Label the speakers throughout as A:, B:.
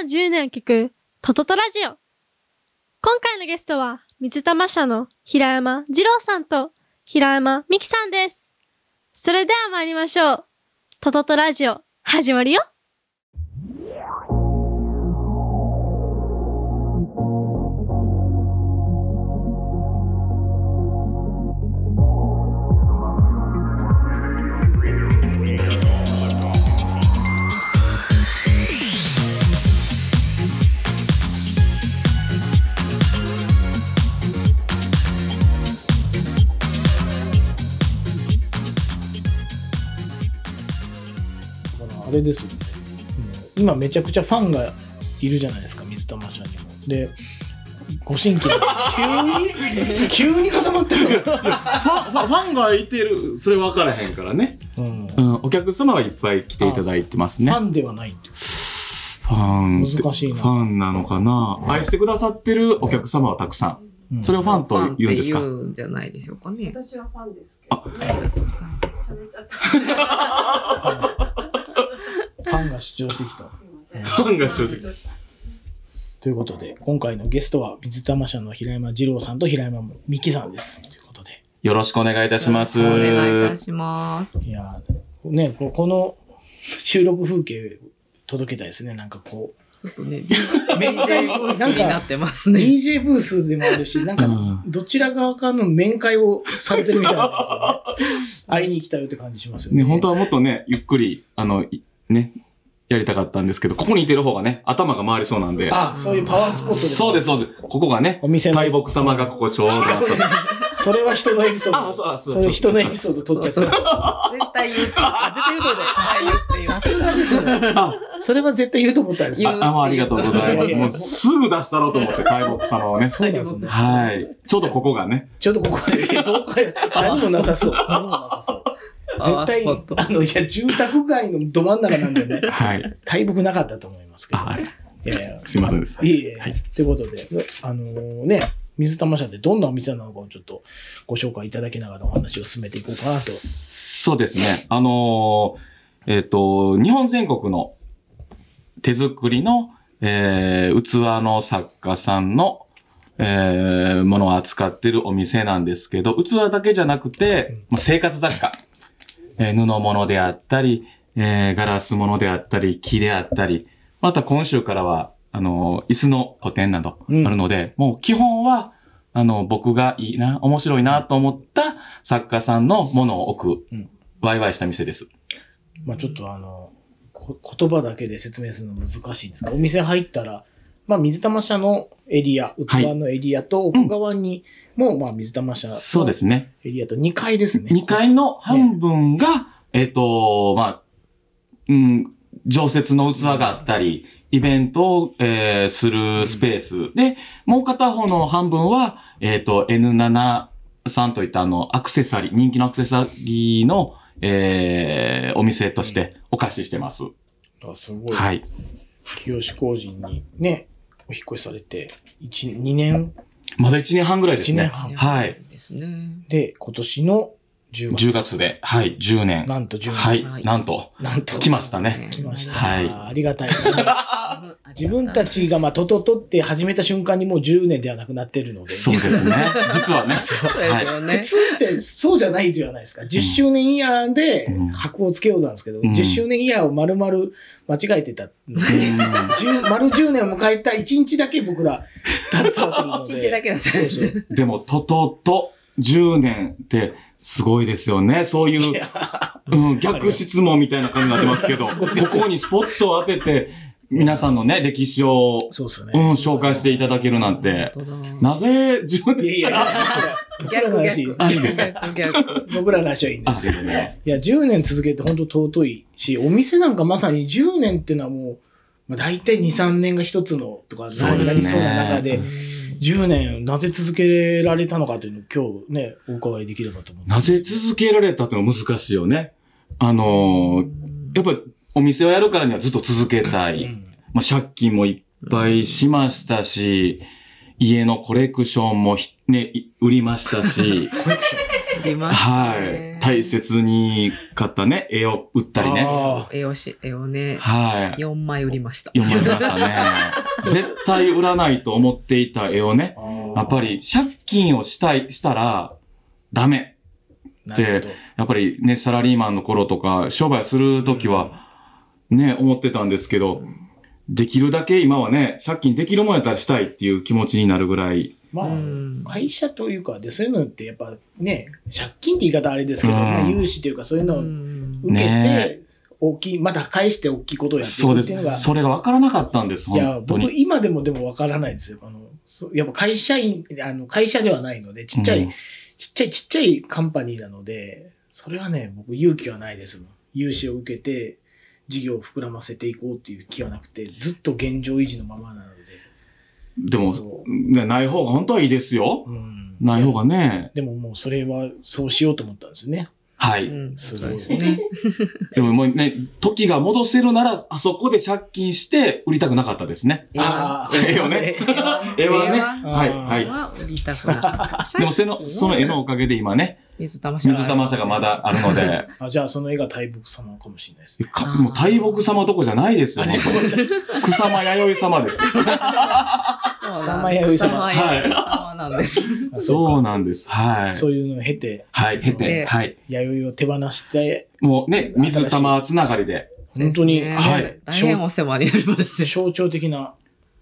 A: の10年を聞く、トトトラジオ。今回のゲストは、水玉社の平山二郎さんと平山美希さんです。それでは参りましょう。トトトラジオ、始まるよ。
B: だからあれですよね、うん今めちゃくちゃファンがいるじゃないですか水玉ちゃんにもでご新規 の急に急に固まってる
C: ファンファンファンがいてるそれ分からへんからね、
B: うん、フ
C: うん、お客様はいっぱい来ていただいてますね
B: ァンではないって
C: ファンって
B: 難しいな
C: ファンなのかな愛してくださってるお客様はたくさん、
B: うん
C: それをファンと言うんですか
D: ファンって言うんじゃないでしょうかね。
E: 私はファンですけ
C: あ
E: ど。
D: ありがとうございます。
E: 喋っちゃった。すい
B: ファンが主張してきた
E: ません。
C: ファンが正直
E: 直。
B: ということで今回のゲストは水玉社の平山二郎さんと平山美希さんですということで
C: よろしくお願いいたします
D: お願いいたします。
B: いやーねここの 収録風景届けたいですねなんかこう
D: ちょっとね、
B: めっちゃ
D: DJ ブースになってます ね。
B: DJ ブースでもあるしなん
C: う
B: か
C: ん
B: どちら側かの面会をされてるみたいなんですよね。会いに来たよって感じしますよね。
C: ね、本当はもっとね、ゆっくり、あの、いね、やりたかったんですけど、ここにいてる方がね、頭が回りそうなんで。
B: あ、そういうパワースポットで。
C: そうです、そうです。ここがね
B: お、店の
C: 大。木様がここちょうどあった。
B: それは人のエピソード。
C: あそうあそう
B: れ人のエピ
C: そ
B: ソード取っちゃった
D: そうそう絶対言う。絶対言うと思
B: さ
D: う。
B: すがですね。
C: あ、
B: それは絶対言うと思ったんですよ。
C: ああもうありがとうございます。もうすぐ出したろうと思って、大木様をね。
B: そうなんですね。
C: はい。ちょうどここがね。
B: ちょっとここで、どっかで何もなさそう。何もなさそう。
D: パワ
B: 絶
D: ース
B: 対、
D: ポット
B: あの、いや、住宅街のど真ん中なんで ね、
C: はい。
B: 大木なかったと思いますけど。
C: あ、はい
B: いやいや、
C: すいませんです。
B: いえいえ、
C: はい
B: ということで、あのね、水玉社ってどんなお店なのかをちょっとご紹介いただきながらお話を進めていこうかなと。
C: そうですね。あのーえっ、と、日本全国の手作りの、えー、器の作家さんの、えー、ものを扱ってるお店なんですけど、器だけじゃなくて、まあ、生活雑貨。えー布物であったり、えーガラス物であったり、木であったり、また今週からは、あのー椅子の個展などあ
B: うん
C: るので、もう基本は、あの、僕がいいな、面白いなと思った作家さんのものを置く、
B: うん
C: ワイワイした店です。
B: まあちょっとあの、こ言葉だけで説明するの難しいんですが、お店入ったら、まあ水玉社のエリア、器のエリアと奥側にも、まあ水玉社の
C: そうですね。
B: エリアと2階ですね。
C: 2階の半分が、えっ、と、まあ、うん、常設の器があったり、イベントを、えーするスペース、で、もう片方の半分は、えっ、と、N7 さんといったあの、アクセサリー、人気のアクセサリーの、えーお店としてお貸ししてます。
B: あすごい。
C: はい。
B: 清志工人にね、お引っ越しされて、1、2年
C: まだ1年半ぐらいですね。
B: 一年半
C: はい。
D: ですね。
B: で、今年の10月。
C: 10月で、はい、10年。
B: なんと10月。
C: はい、
D: はい
C: なんと、
B: なんと。
C: 来ましたね。
B: 来ました。
C: はい
B: ありがたい。
D: い
B: 自分たちが、まあ、トトトって始めた瞬間にもう10年ではなくなってるので。
C: そうですね。実はね。
D: そうですよ
B: 普
D: ね。
B: 通ってそうじゃないじゃないですか。10周年イヤーで
C: うん
B: 箔をつけようなんですけど、
C: ん
B: 10周年イヤーを丸々間違えてたので、
C: うん
B: 10丸10年を迎えた1日だけ僕ら携わって
D: 一
B: るの
D: 日だ
B: で、
D: けだったんですね。
C: でも、ととと10年ってすごいですよね。そうい、
B: いう
C: うん、逆質問みたいな感じになってま すけど、
B: す
C: こ
B: ごいです
C: こにスポットを当てて、皆さんのね、歴史を、
B: そうですよね。
C: うん、紹介していただけるなんて、なぜ10
B: いやい
C: 年
B: やいや、僕らの
D: 逆
B: 話
D: 逆。、
C: あいいです
D: 逆 逆。
B: 僕らの話はいいんで
C: あ、
B: す
C: け。どね。
B: いや、10年続けて本当尊いし、お店なんかまさに10年ってのはもう、まあ、大体2、3年が一つのとか、
C: そう
D: です
B: な
D: ね
B: りそうな中で、
D: うん
B: 10年なぜ続けられたのかというのを今日ね、お伺いできればと思って。
C: なぜ続けられたってのは難しいよね。あのーやっぱりお店をやるからにはずっと続けたい。
B: うん
C: まあ、借金もいっぱいしましたし、家のコレクションもひね、い売りましたし、
D: ありました
C: は
D: ね
C: い。大切に買ったね、絵を売ったりね。
B: あ
D: 絵をし、絵をね、
C: はい。
D: 4枚売りました。
C: 読まれましたね。 絶対売らないと思っていた絵をね、
B: ー
C: やっぱり借金をしたい、したら、ダメ。
B: なるほど
C: やっぱりね、サラリーマンの頃とか、商売するときは、ね、思ってたんですけど、できるだけ今はね、借金できるもんやったらしたいっていう気持ちになるぐらい。
B: ま
D: う
B: あ、
D: ん。
B: 会社というかで、そういうのってやっぱね、借金って言い方あれですけど、
C: うん
B: まあ融資というかそういうのを
D: うん
B: 受け
C: ね
B: て、大きい、また返して大きいことをやって
C: そう
B: る
C: で
B: っていうのが、
C: す。それが分からなかったんです、
B: いや、
C: 本当
B: 僕
C: に。
B: 今でもでもわからないですよ。あの、そうやっぱ会社員、あの、会社ではないので、ちっちゃい、
C: うん
B: ちっちゃいちっちゃいカンパニーなので、それはね、僕勇気はないですもん。融資を受けて、事業を膨らませていこうっていう気はなくて、ずっと現状維持のままなので。
C: でも
B: そ、
C: ねない方が本当はいいですよ。
B: うん
C: ない方がね。
B: でももうそれはそうしようと思ったんですよね。
C: は
D: う
C: い。
D: ん。
B: す
D: そう
B: ごい
D: ですね。
C: でももうね、時が戻せるなら、あそこで借金して売りたくなかったですね。
D: は
C: ーええよね。 絵はね。
D: 絵
C: はい、は
D: 絵
C: い。
D: は売りた くなかった。
C: でもその、その絵のおかげで今 ね、
D: 水玉社
C: 水玉社がまだあるの で、
B: あじゃあその絵が大木様かもしれないですね。
C: か
D: あー
C: もう大木様どこじゃないですよ。
B: あじゃ
C: 本当に 草間弥 生様です。
B: 草間彌生様
D: 草間彌生様な んです。
C: そうなんです。はい。
B: そういうのを経て、
C: はい、経て、
D: で
C: はい。
B: 弥生を手放して、
C: もうね、水玉つながりで、
B: 本当に、
D: そうですね
C: はい
D: 大変お世話になりまして。
B: 象徴的な、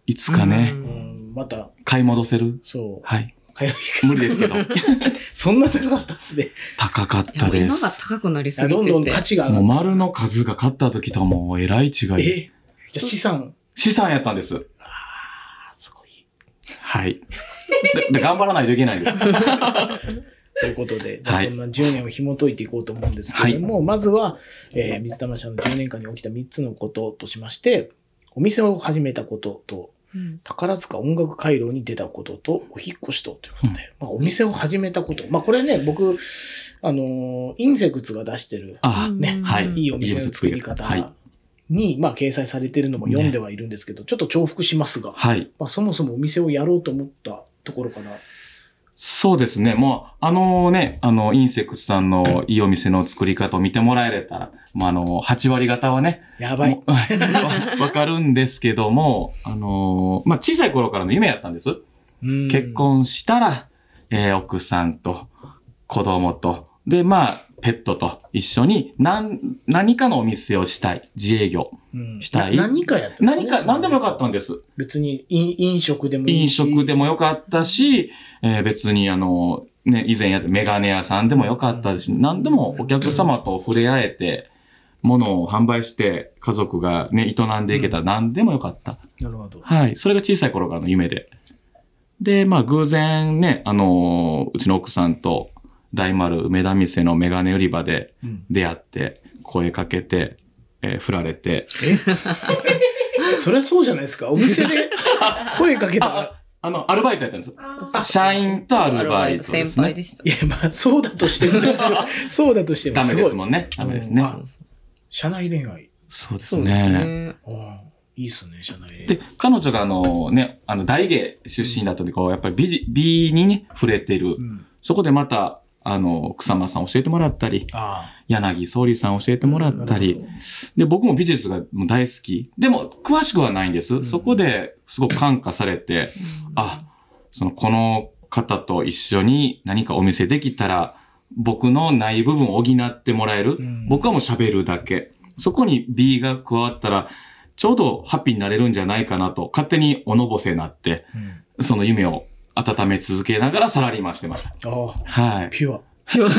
C: いつかね、
B: う
D: うん
B: ん、また、
C: 買い戻せる。
B: そう、
C: はい。
B: 買い
C: 無理ですけど、
B: そんな高かったっすね。
C: 高かっ
D: いや
C: た
D: もう
C: で
D: 今が
C: す。
D: 高くなりすぎ
B: ど
D: て
B: んどん
D: て。
B: 価値が上
C: もう
B: がっ
C: 丸の数が買った時ともうえらい違
B: て、
C: い。
B: えじゃあ資産、
C: 資産やったんです。
B: あすごい。
C: はい。でで頑張らないといけないんです。
B: ということで、
C: はい
B: そんな10年を紐解いていこうと思うんですけれども、まずは、えー水玉社の10年間に起きた3つのこととしまして、お店を始めたことと、
D: うん
B: 宝塚音楽回廊に出たことと、お引っ越しと、ということで、まあ、お店を始めたこと。まあ、これね、僕、あのー、インセクツが出してる、
C: あ
D: うん
B: ね
C: はい
B: いいお店の作り
C: いいお店の作り方はい
B: 方に、まあ、掲載されてるのも読んではいるんですけど、ちょっと重複しますが、
C: はい。
B: まあ、そもそもお店をやろうと思ったところから、
C: そうですね。もう、あのね、あの、インセクスさんのいいお店の作り方を見てもらえれたら、まあ、あの、8割方はね、
B: やばい
C: も。う わわかるんですけども、あのーまあ、小さい頃からの夢やったんです。
B: うん
C: 結。婚したら、えー奥さんと、子供と、で、まあ、ペットと一緒に、なん、何かのお店をしたい。自営業。
B: うん
C: したい
B: な何かやったんですね
C: 何か、
B: その
C: 何でもよかったんです。
B: 別に飲飲食でもいい
C: 飲
B: し
C: 食でもよかったし、えー別にあの、ね、以前やってメガネ屋さんでもよかったし、何でもお客様と触れ合えて、物を販売して、家族がね、営んでいけたら何でもよかった。
B: なるほど。
C: はい。それが小さい頃からの夢で。で、まあ偶然ね、あのーうちの奥さんと大丸梅田店のメガネ売り場で
B: うん
C: 出会って、声かけて、えー振られて。
B: そりゃそうじゃないですか。お店 で声かけたら。
C: あの、アルバイトやったんです。
D: あ
C: 社員とアルバイトで
D: 先
C: す
D: 輩
C: ね。
D: でした
B: い。や、まあ、そうだとしてもですよ。そうだとしても
C: ダメ
B: す
C: で
B: ご
C: す
B: い。
C: もんね。ダメです
B: う
C: ね
B: ん。社内恋愛。
C: そうです
D: そうです
C: ね。
D: ね。
B: ああいいっすね、社内恋
C: で
B: 愛。、
C: 彼女があのね、あの、大芸出身だったんで、こう、やっぱり美人、美にね、触れてる
B: う。ん。
C: そこでまた、あの、草間さん教えてもらったり、
B: あ
C: 柳総理さん教えてもらったり、
B: なる
C: で、僕も美術がもう大好き。でも、詳しくはないんです。
B: ん
C: そこですごく感化されて、あ、その、この方と一緒に何かお店できたら、僕のない部分を補ってもらえる。
B: うん
C: 僕はもう喋るだけ。そこに B が加わったら、ちょうどハッピーになれるんじゃないかなと、勝手におのぼせになって、
B: あ。うん
C: その夢を温め続けながらサラリーマンしてました。
B: ああ、
C: はい。
B: ピュア。
D: ピュア。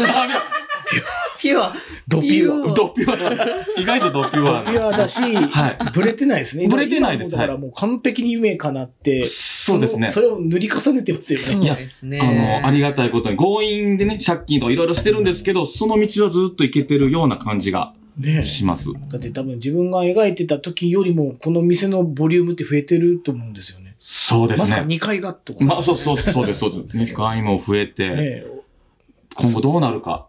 D: ピュア。
B: ドピュア。
D: ピュア
C: ドピュア。意外とドピュア
B: ドピュア
C: な。
B: だし、
C: はい。
B: ブレてないですね。
C: ブレてないです
B: 今もだからもう完璧に夢叶って、
C: そうですね
B: そ。のそれを塗り重ねてますよ
D: そ
B: ね
D: う。です
C: あ
D: ね。
C: の、ありがたいことに、強引でね、借金とかいろいろしてるんですけど、その道はずっと行けてるような感じが
B: ねえ
C: します。
B: だって多分自分が描いてた時よりもこの店のボリュームって増えてると思うんですよね。
C: そうで
B: まさ
C: す
B: か
C: ね。
B: 2階がとか。
C: まあ、そうそう、そうです、そう です。2回も増えて、
B: ねえ
C: 今後どうなる か、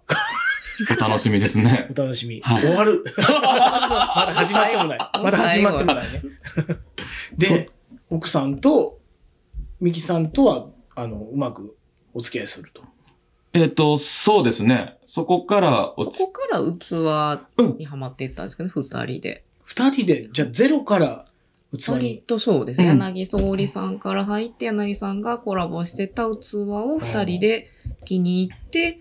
C: お楽しみですね
B: お。楽しみ。
C: はい
B: 終わる。まだ始まっても ない。まだ始まってもないね。
C: そ
B: で
C: う、
B: 奥さんと、ミキさんとは、あの、うまくお付き合いすると。
C: えっ、と、そうですね。そこからお
D: こ
C: つ
D: こから
C: うん
D: 器にはまっていったんですけど、二人で。
B: 二人で、じゃあゼロから器
D: 二人
B: に。
D: とそうですね。
C: うん
D: 柳総理さんから入って、柳さんがコラボしてた器を二人で気に入って、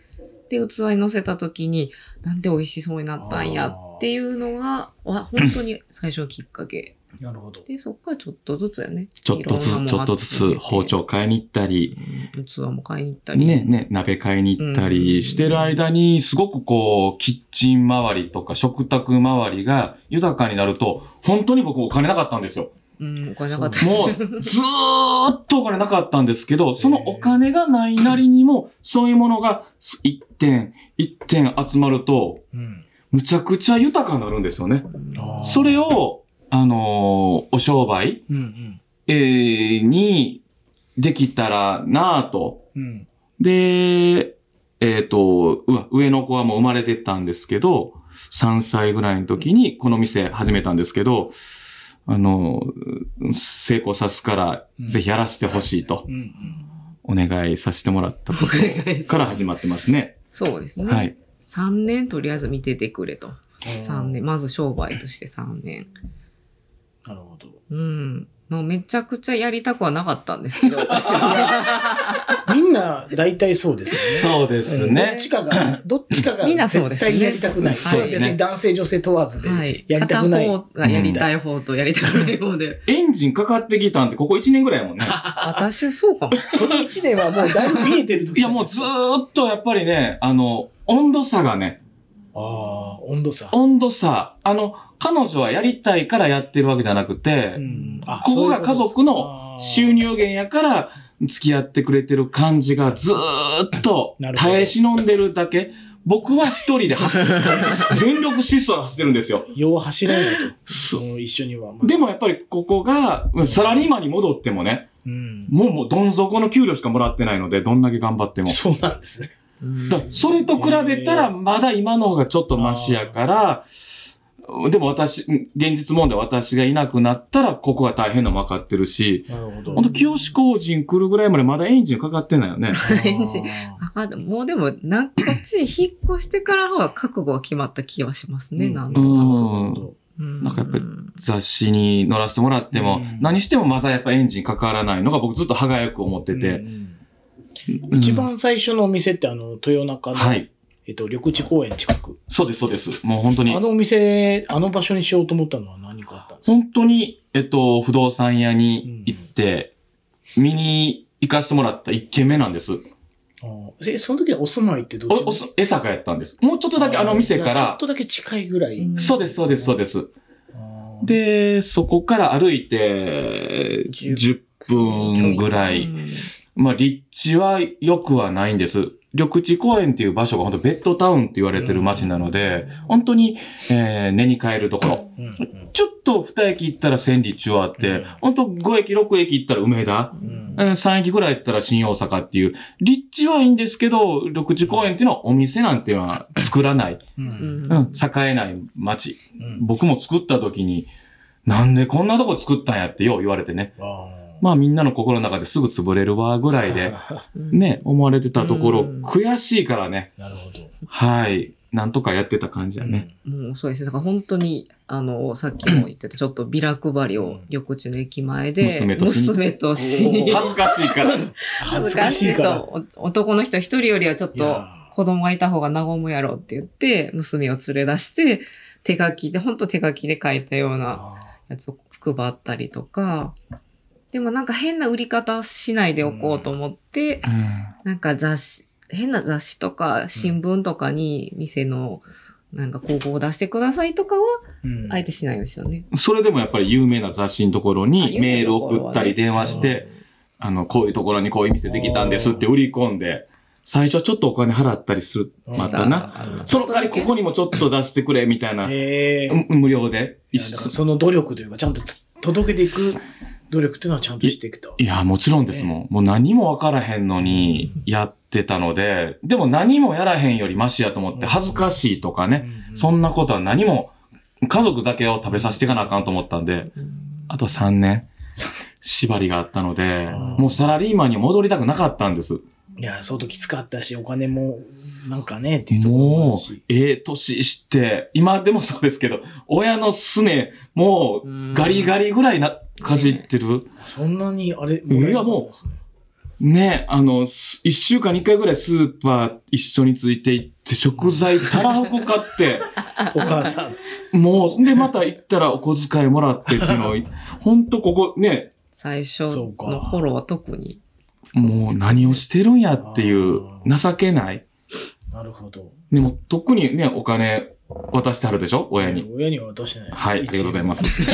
D: で、器に乗せた時に、なんで美味しそうになったんやっていうのが、わ本当に最初のきっかけ。
B: なるほど。
D: で、そこからちょっとずつやね。
C: ちょっとずつ、ちょっとずつ包丁買いに行ったり、
D: うん。器も買いに行ったり。
C: ね、ね、鍋買いに行った
D: う
C: り
D: ん
C: してる間に、すごくこう、キッチン周りとか食卓周りが豊かになると、本当に僕お金なかったんですよ。
D: うん、お金なかったです。
C: もう、ずーっとお金なかったんですけど、そのお金がないなりにも、そういうものが一点、一点集まると、
B: うん。
C: むちゃくちゃ豊かになるんですよね。
B: あー
C: それを、あのーお商売、
B: うん
C: えーにできたらなぁと。
B: うん。うん。
C: で、えっ、と、うわ上の子はもう生まれてたんですけど、3歳ぐらいの時にこの店始めたんですけど、あの、成功さすから、
B: うん
C: ぜひやらせてほしいと
B: うんうん。
C: お願いさせてもらったこ
D: お願いされ
C: と
D: た
C: から始まってますね。
D: そうですね。
C: はい。
D: 3年とりあえず見ててくれと。3年。まず商売として3年。
B: なるほど。
D: うん。もうめちゃくちゃやりたくはなかったんです けど、私は。
B: みんな大体そうですよね。
C: そうです
B: どっ
C: ね。
B: ちか が、どっちかが
D: みんなそうで
B: 絶
D: す
B: 対
D: ね
B: にやりたくない。
D: そうですね
B: 別に男性女性問わずで
D: は、い。
B: やりた
D: 片
B: くない。
D: 方がやりたい方とやりたくない 方で。
C: エンジンかかってきたんってここ1年ぐらいやもんね。
D: 私はそうかも。
B: この1年はもうだいぶ見えてる時
C: いやもうずーっとやっぱりね、あの、温度差がね、
B: ああ、温度差。
C: 温度差、あの、彼女はやりたいからやってるわけじゃなくて、
B: うんあ
C: ここが家族の
B: そういうことです
C: 収入源やから付き合ってくれてる感じがずーっと
B: なるほど
C: 耐え忍んでるだけ。僕は一人で走 って、全力疾走で走ってるんですよ。
B: あーよう走らないと。
C: そ
B: その一緒には。まあ
C: でもやっぱりここが、うんサラリーマンに戻ってもね、
B: うん。
C: もうもうどん底の給料しかもらってないので、どんだけ頑張っても。
B: そうなんですね。
D: うん
C: だそれと比べたら、まだ今の方がちょっとマシやから、でも私、現実問題私がいなくなったら、ここが大変なの分かってるし、
B: なるほど
C: ほんと、清志工人来るぐらいまでまだエンジンかかってないよね。
D: エンジンあかんもうでも、なんかこっちに引っ越してからの方が覚悟が決まった気はしますね、
B: うん
D: なん
C: う
D: となく。
C: ん。
D: うん
C: なんかやっぱり雑誌に載らせてもらっても、
B: うん
C: 何してもまだやっぱエンジンかからないのが僕ずっと歯がゆく思って
B: う
C: て。
B: ん
C: うん
B: 一番最初のお店って、あの、豊中の、
C: はい。
B: えっと、緑地公園近く。
C: そうです、そうです。もう本当
B: あ
C: に。
B: のお店、あの場所にしようと思ったのは何かあったんですか
C: 本当に、えっと、不動産屋に行って、見に行かせてもらった一軒目なんです。
B: あーえ、その時はお住まいってどう
C: お、おす、江坂やったんです。もうちょっとだけあの店か
B: あーちょっ
C: ら、
B: とだけ近いぐらい。
C: そうです、そうです、そうです。
B: あー、
C: で、そこから歩いて、10分ぐらい。まあ、立地は良くはないんです。緑地公園っていう場所が本当ベッドタウンって言われてる街なので、本当に、えー、根に帰るところ。
B: うんうん
C: ちょっと二駅行ったら千里中央あって、
B: うん
C: 本当5駅、6駅行ったら梅田、
B: うん
C: うん、3駅ぐらい行ったら新大阪っていう、立地はいいんですけど、緑地公園っていうのはお店なんていうのは作らない、
B: うん
D: うん
C: うん、栄えない街。
B: うん
C: 僕も作った時に、なんでこんなとこ作ったんやってよう言われてね。
B: あー
C: まあみんなの心の中ですぐ潰れるわぐらいで、
D: うん
C: ね、思われてたところ、
D: うん
C: 悔しいからね。
B: なるほど。
C: はい。なんとかやってた感じだね。
D: もうそうですね。だから本当に、あの、さっきも言ってた、ちょっとビラ配りを緑地の駅前で、
C: 娘としに
D: 娘としに
B: うん
C: 恥ずかしいから。
B: 恥ずかしいから。
D: そうお男の人一人よりはちょっ
B: いや
D: と子供がいた方が和むやろうって言って、娘を連れ出して、手書きで、本当手書きで書いたような
B: あ
D: やつを配ったりとか、でもなんか変な売り方しないでおこうと思って、なんか雑誌、変な雑誌とか新聞とかに店のなんか広告を出してくださいとかは、
B: ーうん
D: あえてしないようにしたね。
C: それでもやっぱり有名な雑誌のところ
D: あ
C: に
D: 有
C: メー
D: 名な
C: ル
D: ところはね
C: 送ったり電話して、あの、こういうところにこういう店できたんですって売り込んで、最初ちょっとお金払ったりする。
B: あー
C: またな。その代わりここにもちょっと出してくれみたいな。
B: ええ
C: うん無料で。
B: いやだからその努力というか、ちゃんとつ届けていく努力っていうのはちゃんとしていくと。
C: いや、もちろんですもん。もう何もわからへんのにやってたので、でも何もやらへんよりマシやと思って、恥ずかしいとかね、そんなことは何も、家族だけを食べさせていかなあかんと思ったんで、あと3年、縛りがあったので、
B: うん
C: もうサラリーマンに戻りたくなかったんです。
B: いや、相当きつかったし、お金も、なんかね、っていうところもあ
C: も
B: る
C: う
B: し、
C: ええ年して、今でもそうですけど、親のすね、もう、ガリガリぐらいな、かじってる。
B: そんなに、あれ、
C: いやもうね、あの、す一週間に一回ぐらいスーパー一緒について行って、食材たらふく買 って、
B: お母さん。
C: もう、で、また行ったらお小遣いもらってっていうのは、ほんとここね、
D: 最初
B: そう
D: の
B: か
D: 頃は特に。
C: もう何をしてるんやっていう、情けない。
B: なるほど。
C: でも、特にね、お金渡してはるでしょ親に。
B: 親には渡してないです。。
C: はい、ありがとうございますす。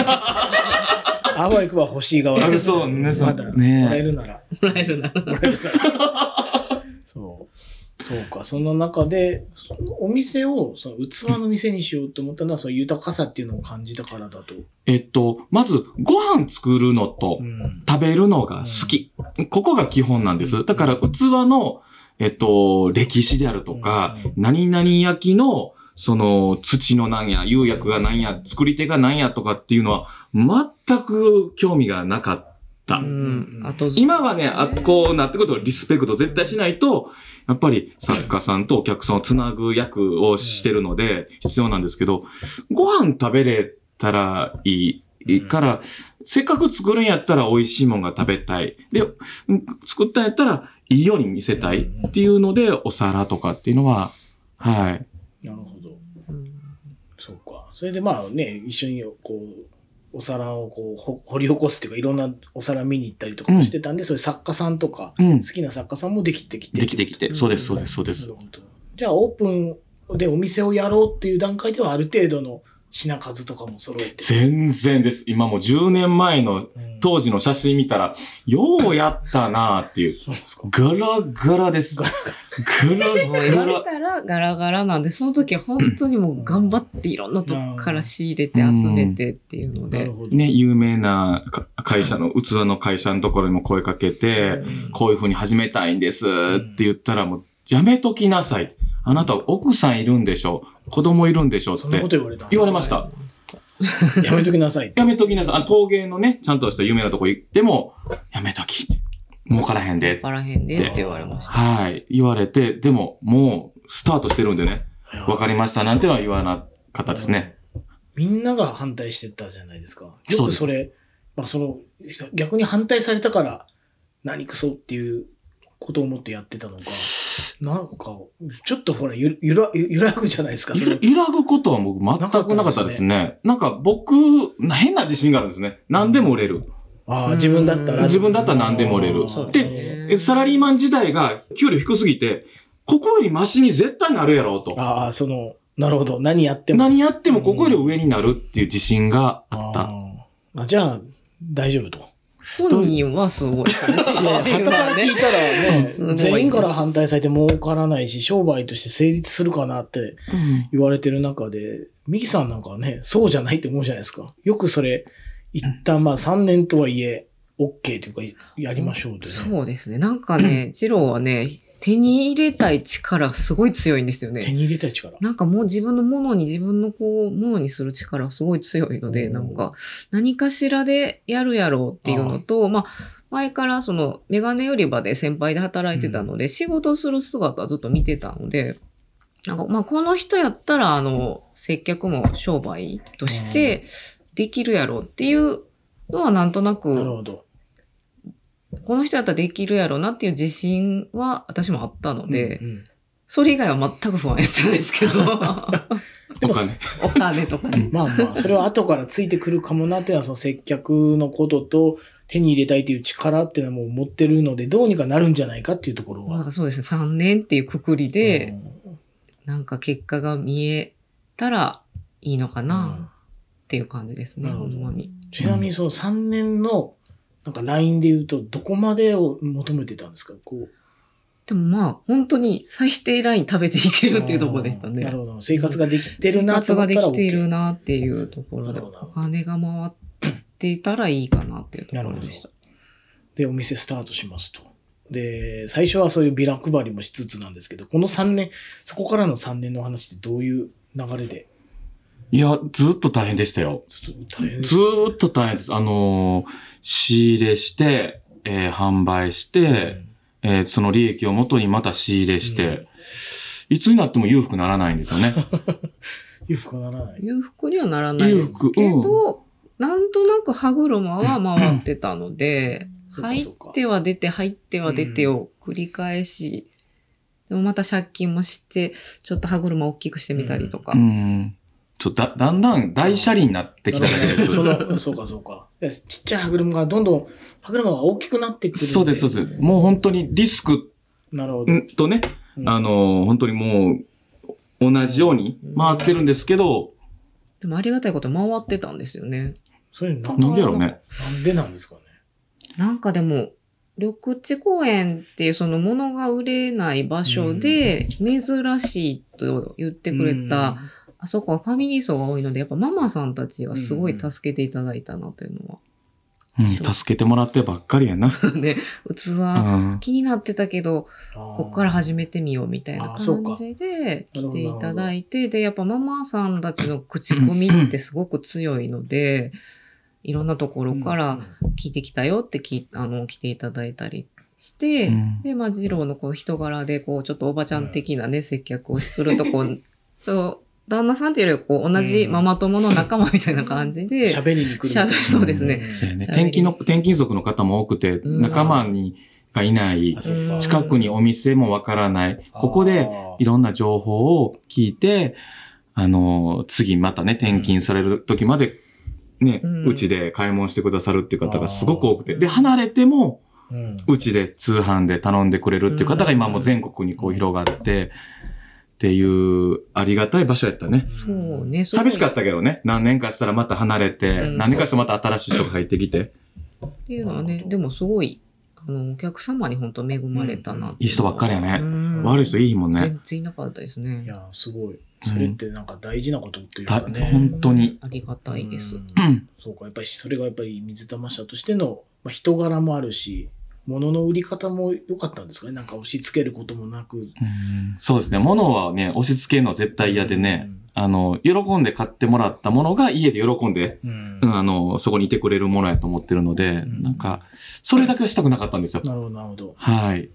B: あわよくば欲しい側
C: あそうねそう
B: まだ、
C: ね
B: もらえるなら。
D: もらえるなら。
B: そう。そうか。そんな中で、そお店を、その器の店にしようと思ったのは、その豊かさっていうのを感じたからだと。
C: えっと、まず、ご飯作るのと
B: う、ん。
C: 食べるのが好き。ここが基本なんです。だから、器の、えっと、歴史であるとか、何々焼きの、その、土のなんや、釉薬がなんや、作り手がなんやとかっていうのは、全く興味がなかった。
D: うん。後付け
C: 今はね、あこうなってくるとリスペクト絶対しないと、やっぱり作家さんとお客さんをつなぐ役をしてるので必要なんですけど、ご飯食べれたらいいから、せっかく作るんやったら美味しいもんが食べたい。で、うん作ったんやったらいいように見せたいっていうので、お皿とかっていうのは、はい。
B: なるほど。
D: うん
B: そうか。それでまあね、一緒にこう、お皿をこうほ掘り起こすっていうか、いろんなお皿見に行ったりとかもしてたんで、そういう作家さんとか、
C: うん
B: 好。きな作家さんもできてきて。
C: できてきて。そうです、そうです、そうで
B: な
C: す
B: る。ほどじゃあ、オープンでお店をやろうっていう段階では、ある程度の品数とかも揃えて。
C: 全然です。今もう10年前の
B: うん
C: 当時の写真見たら、ようやったなっていう。
B: そうですか。
C: ガラガラです。ガ
B: ガ
C: ラガ
D: もう言われ
C: ラ。
D: たらガラガラなんで、その時は本当にもう頑張っていろんなとこから仕入れて集めてっていうの
B: な
D: で
B: る。ほど。
C: ね、有名なか会社の、器の会社のところにも声かけて、こういう風に始めたいんですって言ったら、もう、やめときなさい。あなた奥さんいるんでしょ子供いるんでしょっ
B: そんなこ
C: て。
B: と言われたんです
C: 言
B: ね
C: われました。。
B: やめときなさいって。
C: やめときなさい。あの陶芸のね、ちゃんとした有名なとこ行っても、やめときって。儲からへんで
D: わ。からへんでって言われました。
C: はい。言われて、でも、もう、スタートしてるんでね、 わかりましたなんては言わなかったですね。
B: みんなが反対してたじゃないですか。よ
C: そう
B: く
C: です
B: それ、まあその、逆に反対されたから、何クソっていうことを思ってやってたのか、なんか、ちょっとほら、ゆゆら、ゆ揺らぐじゃないですか、それ。
C: 揺らぐことは僕全くなかったですね。なんか僕、変な自信があるんですね。何でも売れる。
B: ああ、自分だったら。
C: 自分だったら何でも売れる
B: ああ
D: そう
C: で
D: ね
C: えサラリーマン自体が給料低すぎて、ここよりマシに絶対なるやろうと。
B: ああ、その、なるほど。何やっても。
C: 何やってもここより上になるっていう自信があった。
B: ああじゃあ、大丈夫 と。
D: 本人はすごい。
B: はたから聞いたらね
D: う、ん
B: 全員から反対されて儲からないし、商売として成立するかなって言われてる中で、ミキさんなんかはね、そうじゃないって思うじゃないですか。よくそれ、一旦まあ3年とはいえ、OK というか、やりましょうというね。
D: そうですね。なんかね、ジローはね、手に入れたい力すごい強いんですよ
B: 手
D: ね。
B: に入れたい力。
D: なんかもう自分のものに自分のこう、ものにする力すごい強いの
B: う
D: で、
B: ん
D: なんか何かしらでやるやろうっていうのと、まあ、前からそのメガネ売り場で先輩で働いてたので、仕事する姿はずっと見てたので、なんかまあこの人やったらあの、接客も商売としてできるやろうっていうのはなんとなく、
B: なるほど。
D: この人だったらできるやろうなっていう自信は私もあったので、
B: うんうん
D: それ以外は全く不安やったんですけど、
B: でも
C: お、金
D: お金とかね。
B: まあまあ、それは後からついてくるかもなっていうのは、その接客のことと、手に入れたいという力っていうのはもう持ってるので、どうにかなるんじゃないかっていうところ
D: なん
B: は。
D: かそうですね、3年っていうくくりで、
B: うん
D: なんか結果が見えたらいいのかなっていう感じですね、
B: うん
D: ほんまに。
B: ちなみにその3年のなんかラインで言うとどこまでを求めてたんですかこう
D: でもまあ、本当に最低ライン食べていけるっていうところでした
B: なる
D: ね。
B: ほど。生活ができてるなと
D: 生活
B: 思った
D: がで
B: ら、OK、
D: きているなっていうところで、
B: なるほど
D: お金が回っていたらいいかなっていうところでした。
B: で、お店スタートしますと。で、最初はそういうビラ配りもしつつなんですけど、この3年、そこからの3年の話ってどういう流れで
C: いや、ずっと大変でしたよ。
B: ちょっと大変です
C: ず
B: ね。
C: ーっと大変です。あのー仕入れして、えー販売して、えーその利益をもとにまた仕入れして、いつになっても裕福ならないんですよね。
B: 裕福はならない。
D: 裕福にはならないですけ
C: 裕福
D: ど、なんとなく歯車は回ってたので、
B: そうか
D: 入
B: そうか
D: っては出て、入っては出てを繰り返し、でもまた借金もして、ちょっと歯車大きくしてみたりとか。
C: うん。ちょっとだ、だんだん大車輪になってきただけです。
B: その、そうかそうか。いやちっちゃい歯車がどんどん、歯車が大きくなってくるん。
C: そうです、そうです。もう本当にリスク
B: なるほど。
C: んとね、
B: うん
C: あの、本当にもう、同じように回ってるんですけど、
D: でもありがたいこと回ってたんですよね。
B: そういうのな、
D: うん
C: なんでやろうね。
B: なんでなんですかね。
D: なんかでも、緑地公園っていうその物が売れない場所で珍しいと言ってくれた、あそこはファミリー層が多いので、やっぱママさんたちがすごい助けていただいたなというの
C: うん、助けてもらってばっかりやな。
D: は。 で、器
C: うん
D: 気になってたけど、
B: うん、
D: こっから始めてみようみたいな
B: あーそう
D: 感
B: か
D: じで来ていただいて、で、やっぱママさんたちの口コミってすごく強いの で、いろんなところから聞いてきたよってき、あの、来ていただいたりして、
C: うん
D: で、まあ、二郎のこう人柄で、こう、ちょっとおばちゃん的なね、接客をすると、こ う、そう、旦那さんっていうより、こう、同じ
B: うん
D: ママ友の仲間みたいな感じで、
B: 喋りに来る。
D: 喋そうですね。
C: そうやね。
D: 喋り
C: 転勤の、転勤族の方も多くて、
D: うん
C: 仲間に、がいない
B: あ、、そうか。
C: 近くにお店もわからない、ここで
B: あ
C: いろんな情報を聞いて、あの、次またね、転勤される時まで、ね
D: う、ん
C: うちで買い物してくださるっていう方がすごく多くて、
D: あー
C: で、離れても、
B: ー、うん
C: うちで通販で頼んでくれるっていう方が今もう全国にこう広がって、っていうありがたい場所やったね。
D: そうね、。
C: 寂しかったたけどね。何年かしたらまた離れて、
D: うん
C: 何年かしたらまた新しい人が入ってきて、
D: っていうのは
B: なる
D: ね
B: ほ、ど
D: でもすごい、あの、お客様に本当恵まれたなって
C: いい人ばっかりやね。
D: うん
C: 悪い人いいもんね。
D: 全然いなかったですね。
B: いや、すごい。それってなんか大事なことっていう
C: た
B: か
C: ほ
B: ね。
C: ん本当に
D: ありがたいです。
B: うんそうか、やっぱりそれがやっぱり水玉社としての、まあ、人柄もあるし、物の売り方も良かったんですかね。なんか押し付けることもなく。
C: うんそうですね。物はね、押し付けるのは絶対嫌でね、あの、喜んで買ってもらったものが家で喜んで、
B: うん。うん
C: うんあの、そこにいてくれるものやと思ってるので、
B: ん
C: なんか、それだけはしたくなかったんですよ。
B: なるほど、なるほど。
C: はい。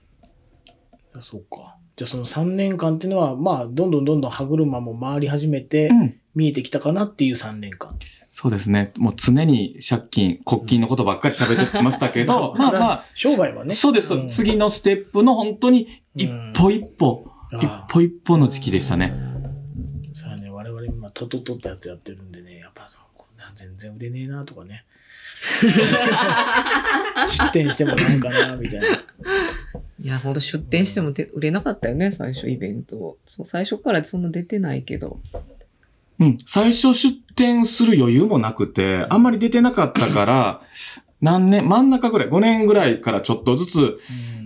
B: あそうか。じゃあその3年間っていうのは、まあ、どんどんどんどん歯車も回り始めて
C: う、ん。
B: 見えてきたかなっていう3年間。
C: そうですね。もう常に借金、国金のことばっかり喋ってましたけ ど、
B: うん
C: まあまあ、
B: 商売はね。
C: そうです、そうです。
B: ん
C: 次のステップの本当に一歩一歩、一
B: ああ
C: 歩一歩の時期でしたね。
B: それはね、我々今、トトトってやつやってるんでね、やっぱその、こんなん全然売れねえなとか ね。出店してもなんかな、みたいな。
D: いや、ほんと出店してもで売れなかったよね、最初イベント。そう、最初からそんな出てないけど。
C: うん。最初出店する余裕もなくて、あんまり出てなかったから、何年、真ん中ぐらい、5年ぐらいからちょっとずつ、
B: うん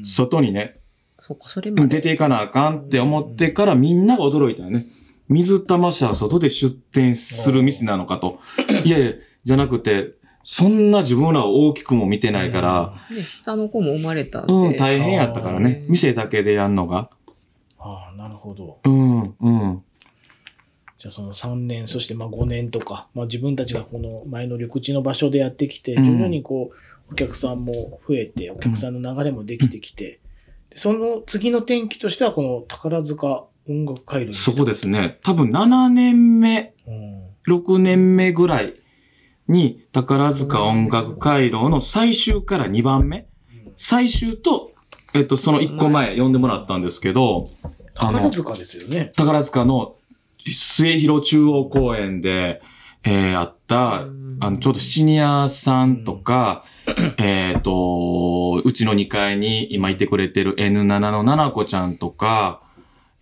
C: 外にね、
D: そこ、それ
C: う
D: ま
C: ん
D: で。
C: 出ていかなあかんって思ってからみんなが驚いたよね。水玉社は外で出店する店なのかと。いやいや、じゃなくて、そんな自分らを大きくも見てないから、
D: で下の子も生まれたんで。
C: うん、大変やったからね。
D: うん
C: 店だけでやんのが。
B: ああ、なるほど。
C: うん、うん。
B: じゃあその3年、そしてまあ5年とか、まあ自分たちがこの前の緑地の場所でやってきて、
C: う
B: 徐
C: ん
B: 々にこう、お客さんも増えて、お客さんの流れもできてきて、でその次の転機としては、この宝塚音楽回路に。
C: そこですね。多分7年目、
B: うん。
C: 6年目ぐらいに、宝塚音楽回廊の最終から2番目。最終と、えっと、その1個前呼んでもらったんですけど、あの
B: 宝塚ですよね。
C: 宝塚の末広中央公園で、えーあった、あの、ちょうどシニアさんとか、えっと、うちの2階に今いてくれてる N7 のななこちゃんとか、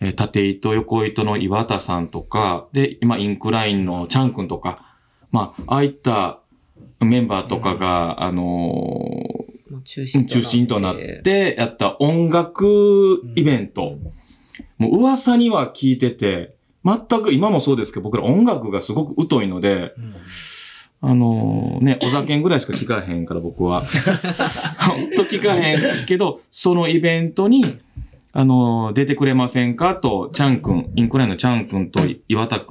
C: えー縦糸横糸の岩田さんとか、で、今インクラインのちゃんくんとか、まあ、ああいったメンバーとかが、あのー
D: まあ中
C: う
D: 心
C: ん中心となってやった音楽イベント。もう噂には聞いてて、全く今もそうですけど、僕ら音楽がすごく疎いので、
B: うん
C: あのーね、お酒ぐらいしか聞かへんから僕は。ほんと聞かへんけど、そのイベントに、あのー出てくれませんかと、ちゃんくん、インクラインのちゃんくんと岩田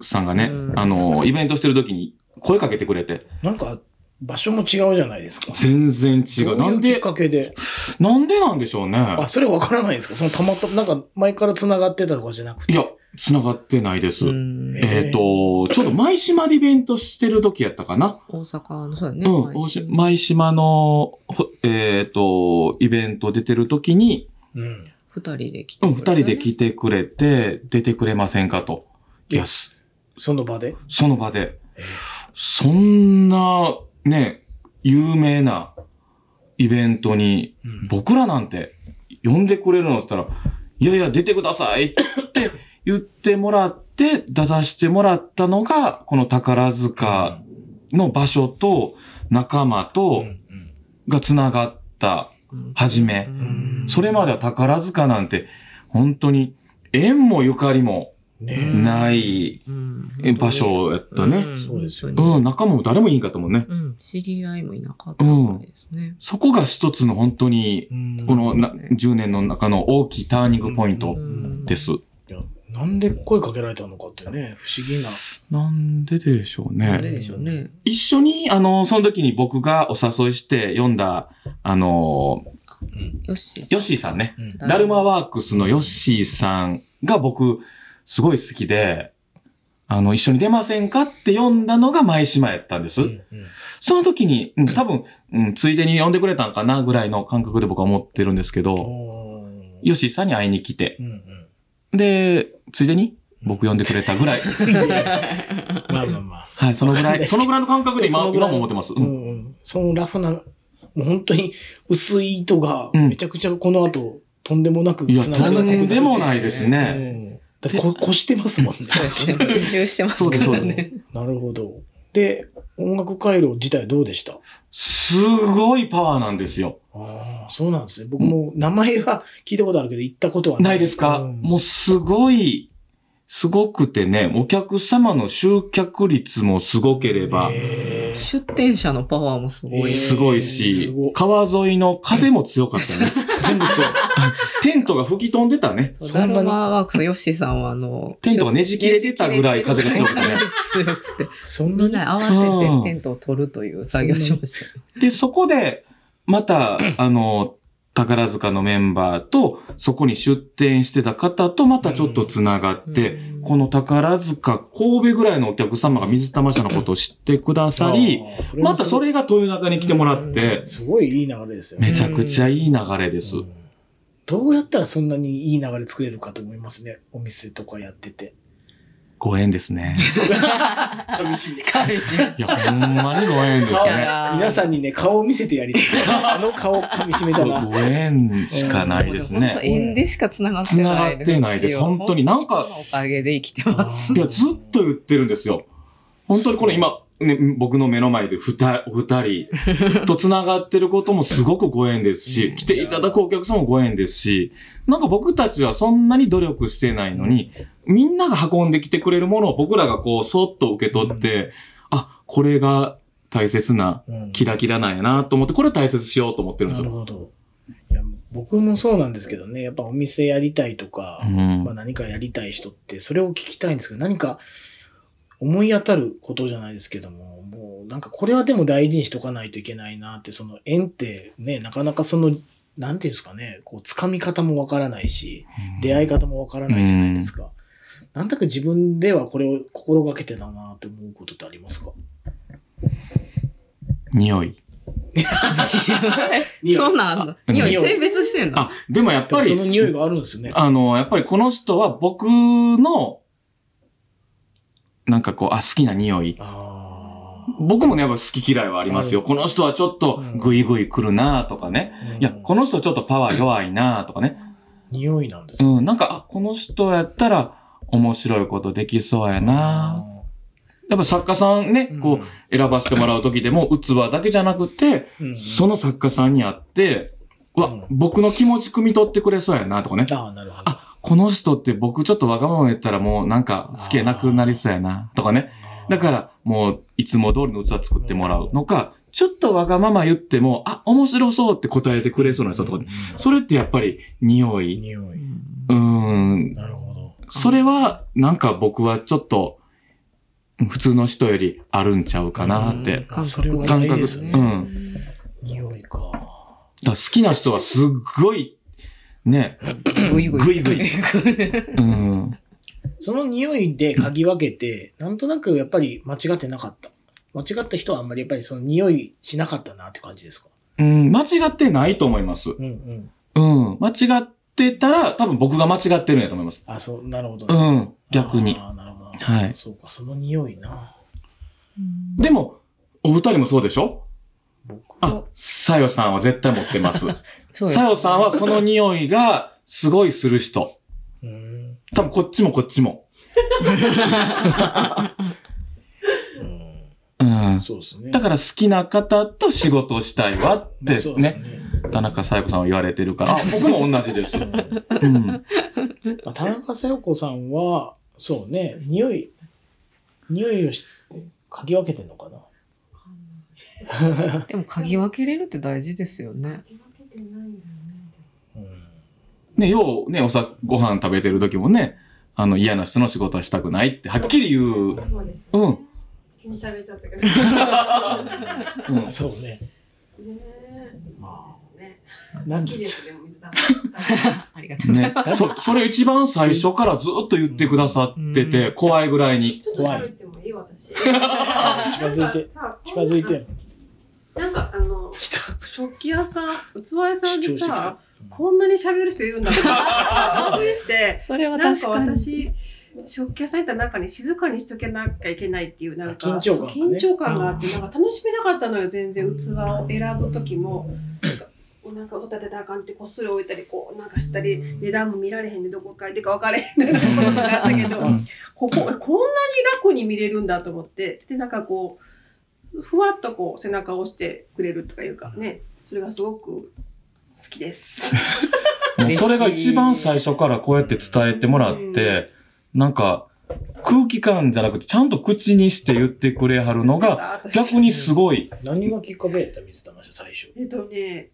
C: さんがね
D: う、ん
C: あのーイベントしてる時に声かけてくれて、
B: なんか、場所も違うじゃないですか。
C: 全然違う。
B: ど
C: ないん
B: きっ
C: で、
B: かけで。
C: なんでなんでしょうね。
B: あ、それわからないんですかそのたまたま、なんか前から繋がってたとかじゃなくて。
C: いや、繋がってないです。
D: うん
B: え
C: えっ、と、ちょうど舞島でイベントしてる時やったかな。
D: 大阪の、そうだね。
C: うん。
D: 毎週
C: 舞島の、ほえっ、と、イベント出てる時に、
B: うん。
D: 二人で来て。
C: うん、二人で来てくれて、出てくれませんかと。いや、す
B: その場で。
C: その場で
B: えー。
C: そんな、ね、有名なイベントに、
B: うん
C: 僕らなんて呼んでくれるのって言ったら、いやいや、出てくださいって 言ってもらって、出させてもらったのが、この宝塚の場所と仲間
B: うん
C: と
B: うん
C: が繋がった
D: うん。
C: 初め
D: う。
B: うん
D: ん
C: それまでは宝塚なんて、本当に縁もゆかりも
B: ね
C: ない
D: うん
C: 場所やったね。
D: ん
B: そうですよね
C: うん、仲間も誰もいいんかったもんね。
D: うん、知り合いもいなかったみたいですね。
C: そこが一つの本当に
B: え、うん
C: このな10年の中の大きいターニングポイント
D: うん
C: です。
B: いやなんで声かけられたのかってね、不思議な。
C: なんででしょう
D: あ
C: ね。
D: れでしょうね。
C: 一緒に、あの、その時に僕がお誘いして読んだ、あの、
D: よし。
C: ヨッシーさんね。
B: うん
C: ダルマワークスのヨッシーさんが僕、すごい好きで、あの、一緒に出ませんかって読んだのが舞島やったんです。
B: うんうん
C: その時に、うん多分、うん、ついでに読んでくれたんかなぐらいの感覚で僕は思ってるんですけど、
B: おー
C: ヨッシーさんに会いに来て、
B: うんうん
C: で、ついでに僕呼んでくれた ぐらい。
B: まあまあまあ。
C: はい、そのぐらい、そのぐらいの感覚で今、
B: そのぐら
C: 今
B: い
C: も思ってます。う。
B: うんんうん。そのラフな、もう本当に薄い糸が、
C: うん
B: めちゃくちゃこの後、とんでもなく
C: いや、
B: 繋が
C: と
B: って
C: ん
B: る
C: でもないです
B: う
C: ね。
B: んだってこ、こしてますもんね。
D: そうです ね。練習してます
C: そう
D: か
C: です、そうです。
D: らね。
B: なるほど。で、音楽回路自体どうでした
C: すごいパワーなんですよ。
B: ああ、そうなんですね。僕も名前は聞いたことあるけど、行ったことはない。
C: ないですか、
B: うん
C: もうすごい、すごくてね、お客様の集客率もすごければ、
B: へー
D: 出店者のパワーもすごい。
B: え
C: すごい
B: す
C: し
B: ご、
C: 川沿いの風も強かったね。
B: 全部そう。
C: テントが吹き飛んでたね。
D: そう
B: そんな
D: ダ
B: に
D: ルマワークスのヨッシーさんはあの、
C: テントがねじ切れてたぐらい風が強くてね
D: ねじ切れてる。強くて。
B: そんな
D: みん
B: に。
D: な慌ててテントを取るという作業をしました。
C: で、そこで、ま た、あの、宝塚のメンバーと、そこに出店してた方とまたちょっとつながって、
D: うん
C: この宝塚神戸ぐらいのお客様が水玉社のことを知ってくださり、
B: あーそれも
C: またそれが豊中に来てもらって、
B: すごいいい流れですよね
C: め。ちゃくちゃいい流れです
B: う。んどうやったらそんなにいい流れ作れるかと思いますね。お店とかやってて。
C: ご縁ですね。
B: 寂しいね
D: 神様
C: いや、ほんまにご縁です
D: い
C: ね。
D: やー
B: 皆さんにね、顔を見せてや りたい。あの顔噛みしめた
C: そう
B: ら。
C: ご縁しかないです
D: 本
C: ね。
D: 当縁でしか繋がってな
C: 繋
D: い。
C: がってないです本当になんか
D: おかげで生きてます
B: う。
C: いや、ずっと言ってるんですよ。本当にこの今、ね、僕の目の前で二人お二人と繋がってることもすごくご縁です
D: う
C: し
D: ん、
C: 来ていただくお客さんもご縁ですし、なんか僕たちはそんなに努力してないのに、みんなが運んできてくれるものを僕らがこう、そっと受け取って、あ、これが大切な
B: うん
C: キラキラなんやなと思って、これ大切しようと思ってるんです
B: なる
C: よ。
B: ほど。いや僕もそうなんですけどね、やっぱお店やりたいとか、
C: うん
B: まあ、何かやりたい人って、それを聞きたいんですけど、何か思い当たることじゃないですけども、もうなんかこれはでも大事にしとかないといけないなって、その縁ってね、なかなかその、なんていうんですかね、こう、つかみ方もわからないし、出会い方もわからないじゃないですか。なんとなく自分ではこれを心がけてたなって思うことってありますか
C: 匂い。
D: そうなんだ。
C: 匂
D: 匂
C: い
D: い選別してんだ。
C: あ、でもやっぱり
B: そ、の匂いがあるんですね。
C: あの、やっぱりこの人は僕の、なんかこう、あ、好きな匂い。
B: あ
C: 僕もね、やっぱ好き嫌いはありますよ。
B: うん
C: この人はちょっとグイグイ来るなとかね。
B: あ。
C: いや、この人ちょっとパワー弱いなとかね。
B: 匂いなんです
C: うん、なんか、あ、この人やったら面白いことできそうやなやっぱ作家さんね、こう、選ばせてもらう時でも、器だけじゃなくて、
B: うん、うん
C: その作家さんに会って、う
B: う
C: わ
B: ん、
C: 僕の気持ち汲み取ってくれそうやなとかね。
B: ああ、なるほど。、
C: あ、この人って僕ちょっとわがまま言ったらもうなんか好きやなくなりそうやな、とかね。だかららもういつも通りの器作ってもらうのか、ちょっとわがまま言っても、あ、面白そうって答えてくれそうな人とかね。それってやっぱり匂い。
B: 匂い。
C: うーん。
B: なるほど。
C: それはなんか僕はちょっと普通の人よりあるんちゃうかなって。
D: うん
C: だか
D: 感
B: それ
D: 覚
B: は
D: が
B: な
C: 感
B: い
C: 覚
B: ですね。
C: うん
B: 匂いか。
C: ら好きな人はすっごい、ね、
D: ぐいぐい。
C: ぐいぐい。うん。
B: その匂いで嗅ぎ分けて、なんとなくやっぱり間違ってなかった。間違った人はあんまりやっぱりその匂いしなかったなって感じですか。
C: うん、間違ってないと思います。
B: うんうん。
C: うん。間違ってたら、多分僕が間違ってるんやと思います。
B: あ、そう、なるほど、
C: う
B: ね。
C: ん、逆に。
B: あーなるほど。
C: はい
B: そうか、その匂いな。
C: でも、お二人もそうでしょ
B: 僕
C: あ、さよさんは絶対持ってます。
D: そうです
C: さよさんはその匂いがすごいする人。
B: うーん。
C: 多分こっちもこっちも。
B: うん。
C: うん。
B: そうですね。、
C: だからら好きな方と仕事をしたいわって
B: そうです
C: ね、
B: ね。
C: 田中さよ子さんは言われてるから。あ僕も同じです。うん。
B: まあ田中小夜子さんは、そうね、匂い、匂いをし嗅ぎ分けてんのかな。
D: でも、嗅ぎ分けれるって大事ですよね。
B: うん。
C: ね、ようね、おさ、ご飯食べてる時もね、あの嫌な人の仕事はしたくないってはっきり言う。
E: そうです。
C: うん。
E: 気にされちゃったけ ど。ね
C: うん
B: そうね。
E: えそうですね。
B: な
E: 好
B: ん
E: き
B: で。
E: ですすでも水 田
D: あ りがとうございます。
C: ね、そ、それ一番最初からずっと言ってくださってて、
D: うん
C: 怖いぐらいに。
E: ちょっと喋ってもいい 私。近
B: づいて近づいて。
E: なんかあの
B: 来た。
E: 食器屋さん、器屋さんで
B: 視聴者
E: さ、こんなに喋る人いるんだって。びっくりして。
D: それは
E: なん
D: 確
E: か
D: かに。
E: 私、食器屋さん行ったらなんかね、静かにしとけなきゃいけないっていう、なんか、
B: 緊張感がね
E: そう緊張感があって、なんか楽しめなかったのよ、全然器を選ぶ時も。なんかお腹を立てたらあかんってこっそり置いたりこうなんかしたり値段も見られへんでどこから出てか分からへんみたいなことがあったけど
C: うん
E: ここえこんなに楽に見れるんだと思ってでなんかこうふわっとこう背中を押してくれるとかいうかねそれがすごく好きです。
C: もうそれが一番最初からこうやって伝えてもらって、なんか、空気感じゃなくて、ちゃんと口にして言ってくれはるのが、
E: 私
C: 逆にすごい。
B: 何がきっかけやった水玉社最初。
E: えっとね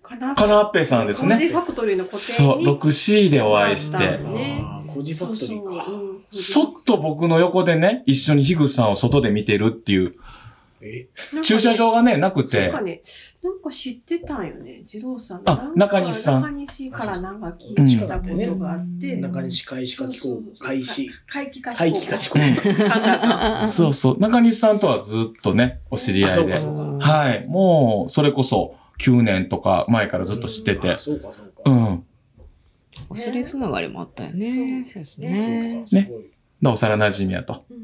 E: かな
C: カナアッペさんです
E: カジ
C: ね。
E: ファクトリーの個展
C: そう、
E: に
C: 6C でお会いし
E: あ
C: て
E: ー。ね
B: あーコジファクトリーか。
E: そうそううん
C: そっと僕の横でね、一緒にヒグさんを外で見てるっていう、
B: え
C: 駐車場がね、なく
E: なん
C: て
E: か、ね、なんか知ってたんよね、二郎さん
C: あ
E: なん
C: 中
E: か
C: 西さん
E: 中西からなんか聞いたことがあって、
B: 中西開始か気候開始。
E: 回帰化
B: 回帰か気候。
C: そうそう、中西さんとはずっとね、お知り
B: あ
C: 合
B: そう
C: い
B: か
C: で
B: そ。うか。
C: はい。もう、それこそ9年とか前からずっと知って
B: あ
C: て。
B: そうかそうか。
C: う。
B: そうん
D: おしゃれつながりもあったよね。
E: ねそうですね
B: か。すごい。
C: だ、幼馴染やと。
E: うん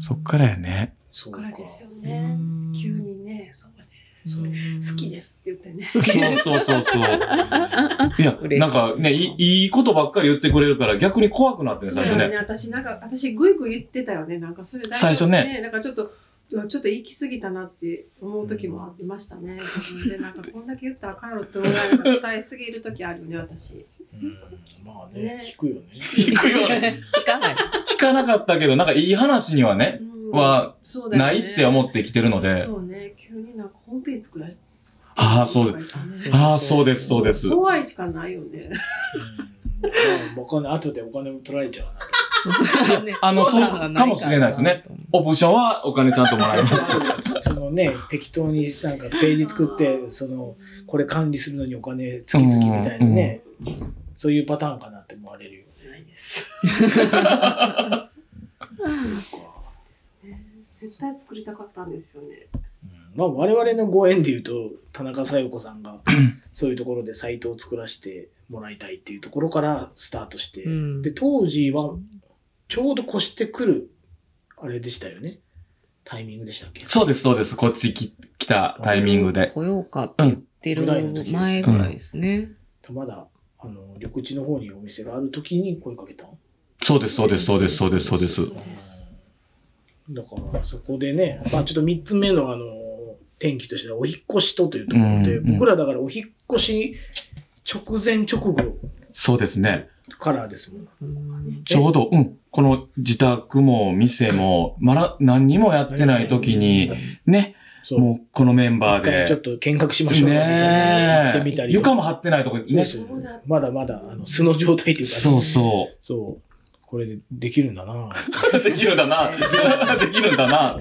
C: そっからやね。
B: そ
E: そうっか
B: から
E: ですよね。急にね、そうね、好きですって言ってね。
C: そうそうそうそう。 いや、
D: 嬉しい
C: なんかねいい、いいことばっかり言ってくれるから逆に怖くなってね、
E: そう
C: 最
E: だ
C: 初
E: よ
C: ね。
E: ね、私なんか、私グイグイ言ってたよね、なんかそれだけ
C: 最初ね。
E: なんかちょっと、うわちょっと行き過ぎたなって思う時もありましたね。自分でなんかこんだけ言ったらあかんやろって思いながら伝えすぎる時あるよね、私。
B: うんまあね
E: ね、
B: 聞くよね。
C: 聞くよね。
D: 聞かない。
C: 聞かなかったけど、なんかいい話にはね、
E: うん
C: は、
E: そうだよ
C: な
E: ね
C: いって思ってきてるので。
E: そうね、急になんかホームページ作られ
C: ああそう
E: です
C: ああ、そうです、そうです。
E: 怖いしかないよね。
B: うんお金、後でお金も取られちゃうなと。
D: そうそうね
C: あのそうかもしれないですね。オプションはお金ちゃんともらいます。
B: そのね、適当になんかページ作って、その、これ管理するのにお金月々みたいなね、そういうパターンかなって思われるよ。
E: ないです。絶対作りたかったんですよね。
B: うんまあ我々のご縁で言うと、田中小夜子さんが、そういうところでサイトを作らせてもらいたいっていうところからスタートして、
D: うん
B: で、当時は、ちょうど越してくる、あれでしたよね。タイミングでしたっけ
C: そうです、そうです。こっちき来たタイミングで。
D: 来ようかって言ってる前ぐらいですね。
B: まだ、あの、緑地の方にお店がある時に声かけたの
C: そうです、そうです、そうです、そうです、そうです。
B: だから、そこでね、まあちょっと3つ目の、あの、天気としては、お引っ越しとというところで、
C: うんうん
B: 僕らだからお引っ越し直前直後
C: そうですね。
B: からですもん。
D: うん
C: ちょうど、うん。この自宅も店も、まだ何にもやってない時に、ね、
B: そう。
C: もうこのメンバ
B: 一
C: ー
B: 回ちょっ
C: で、
B: と見学しましょうかみたいなや
C: ね
B: ってみた
C: え
B: りとか
C: 床も張ってないとこ
B: ね
C: ね。
B: そうまだまだあの素の状態というかね、
C: そうそ
B: そうこれでできるんだ な。
C: できるん だな。できるんだな。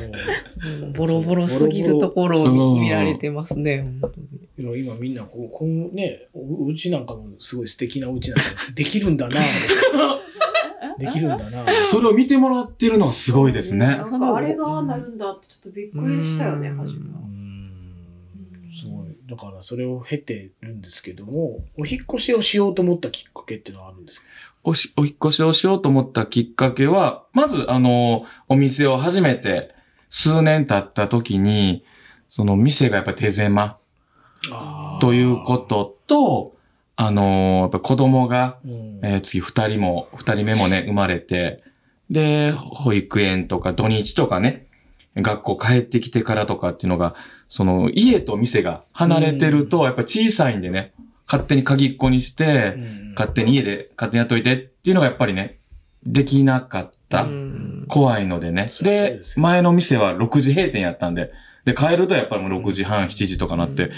D: もうボロボロすぎるところを見られてますね。本当に
B: でも今みんなこう、こうね、お家なんかもすごい素敵なお家なんだけどできるんだな。できるんだな。
C: それを見てもらってるのはすごいですね
E: な。んかあれがなるんだってちょっとびっくりしたよね、
D: うん
B: う
E: 初め
B: ーんすごい。だからそれを経てるんですけども、お引っ越しをしようと思ったきっかけっていうのはあるんですか
C: おし、お引っ越しをしようと思ったきっかけは、まず、あの、お店を始めて、数年経った時に、その店がやっぱ手狭というこ。とと、あの、やっぱ子供が、
B: うん
C: えー次二人も、二人目もね、生まれて、で、保育園とか土日とかね、学校帰ってきてからとかっていうのが、その家と店が離れてると、やっぱ小さいんでね、勝手に鍵っ子にして、勝手に家で勝手にやっといてっていうのがやっぱりね、できなかった。
D: うん
C: 怖いのでね。
B: そりゃそう
C: で
B: です、よ
C: 前の店は6時閉店やったんで、で、帰るとやっぱりもう6時半、7時とかなって、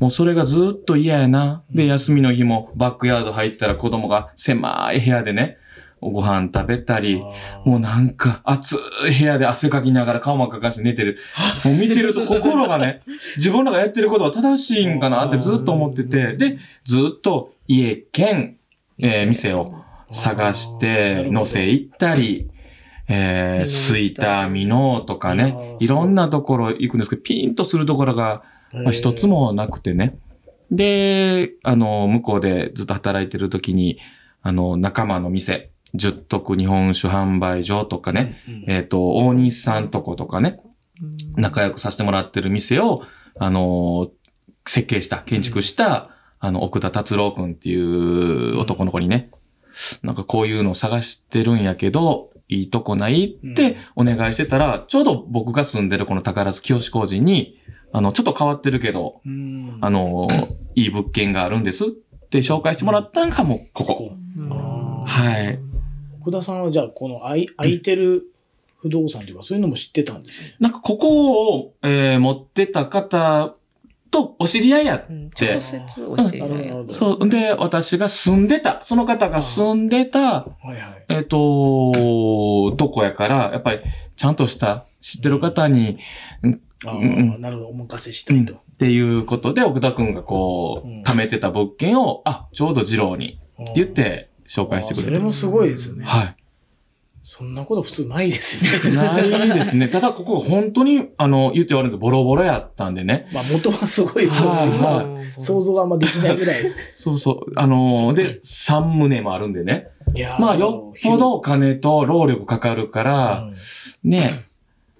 C: もうそれがずっと嫌やな。
B: う
C: で、
B: ん
C: 休みの日もバックヤード入ったら子供が狭い部屋でね、ご飯食べたり、もうなんか暑い部屋で汗かきながら顔もかかして寝 てる。もう見てると心がね、自分らがやってることは正しいんかなってずっと思ってて、で、ずっと家兼、えー店を探して、乗せ行ったり、えー、スイター、ミノーとか
B: いやー
C: ね、いろんなところ行くんですけど、ピンとするところが、まあ、一つ。もなくてね。で、あの、向こうでずっと働いてる時に、あの、仲間の店、十徳日本酒販売所とか
B: あー
C: ね、。えっ、と、大西さんとことかね、仲良くさせてもらってる店を、あの、設計した、建築した、あの、奥田達郎くんっていう男の子にね、なんかこういうのを探してるんやけど、いいとこないってお願いしてたら、ちょうど僕が住んでるこの宝津清志工事に、あの、ちょっと変わってるけど、
B: うんうん
C: あの、いい物件があるんですって紹介してもらったんがもうここ。
D: うん
B: あー
C: はい。
B: 奥田さんはじゃあ、この空い空いてる不動産というか、そういうのも知ってたんですね。
C: なんかここを、えー持ってた方とお知り合いやっ
D: うん直接教え
B: な
D: ない
B: るほ
D: よ。
B: ど。
C: そう。で、私が住んでた、その方が住んでた、
B: はいはい。
C: えっ、と、とこやから、やっぱり、ちゃんとした、知ってる方に、
B: ああ、
C: うん
B: なるほど。お任せしたいと。
C: っていうことで、奥田くんがこう
B: うん、
C: 貯めてた物件を、あ、ちょうど二郎に、
B: うん
C: って言っ、て、紹介して
B: あー
C: く
B: そ
C: れ
B: れ
C: て。
B: もすごいですね。
C: はい。
B: そんなこと普通ないですよね。
C: ないですね。ただ、ここ本当に、あの、言って言われるんですボロボロやったんでね。
B: まあ元はすごいそうです
C: は
B: ね。
C: い
B: 今
C: は
B: は想像があんまできない ぐらい。
C: そうそう。あので、三棟もあるんでね。
B: いやー
C: まあ、よっぽどお金と労力かかるか
B: 広
C: ら、ね。
B: い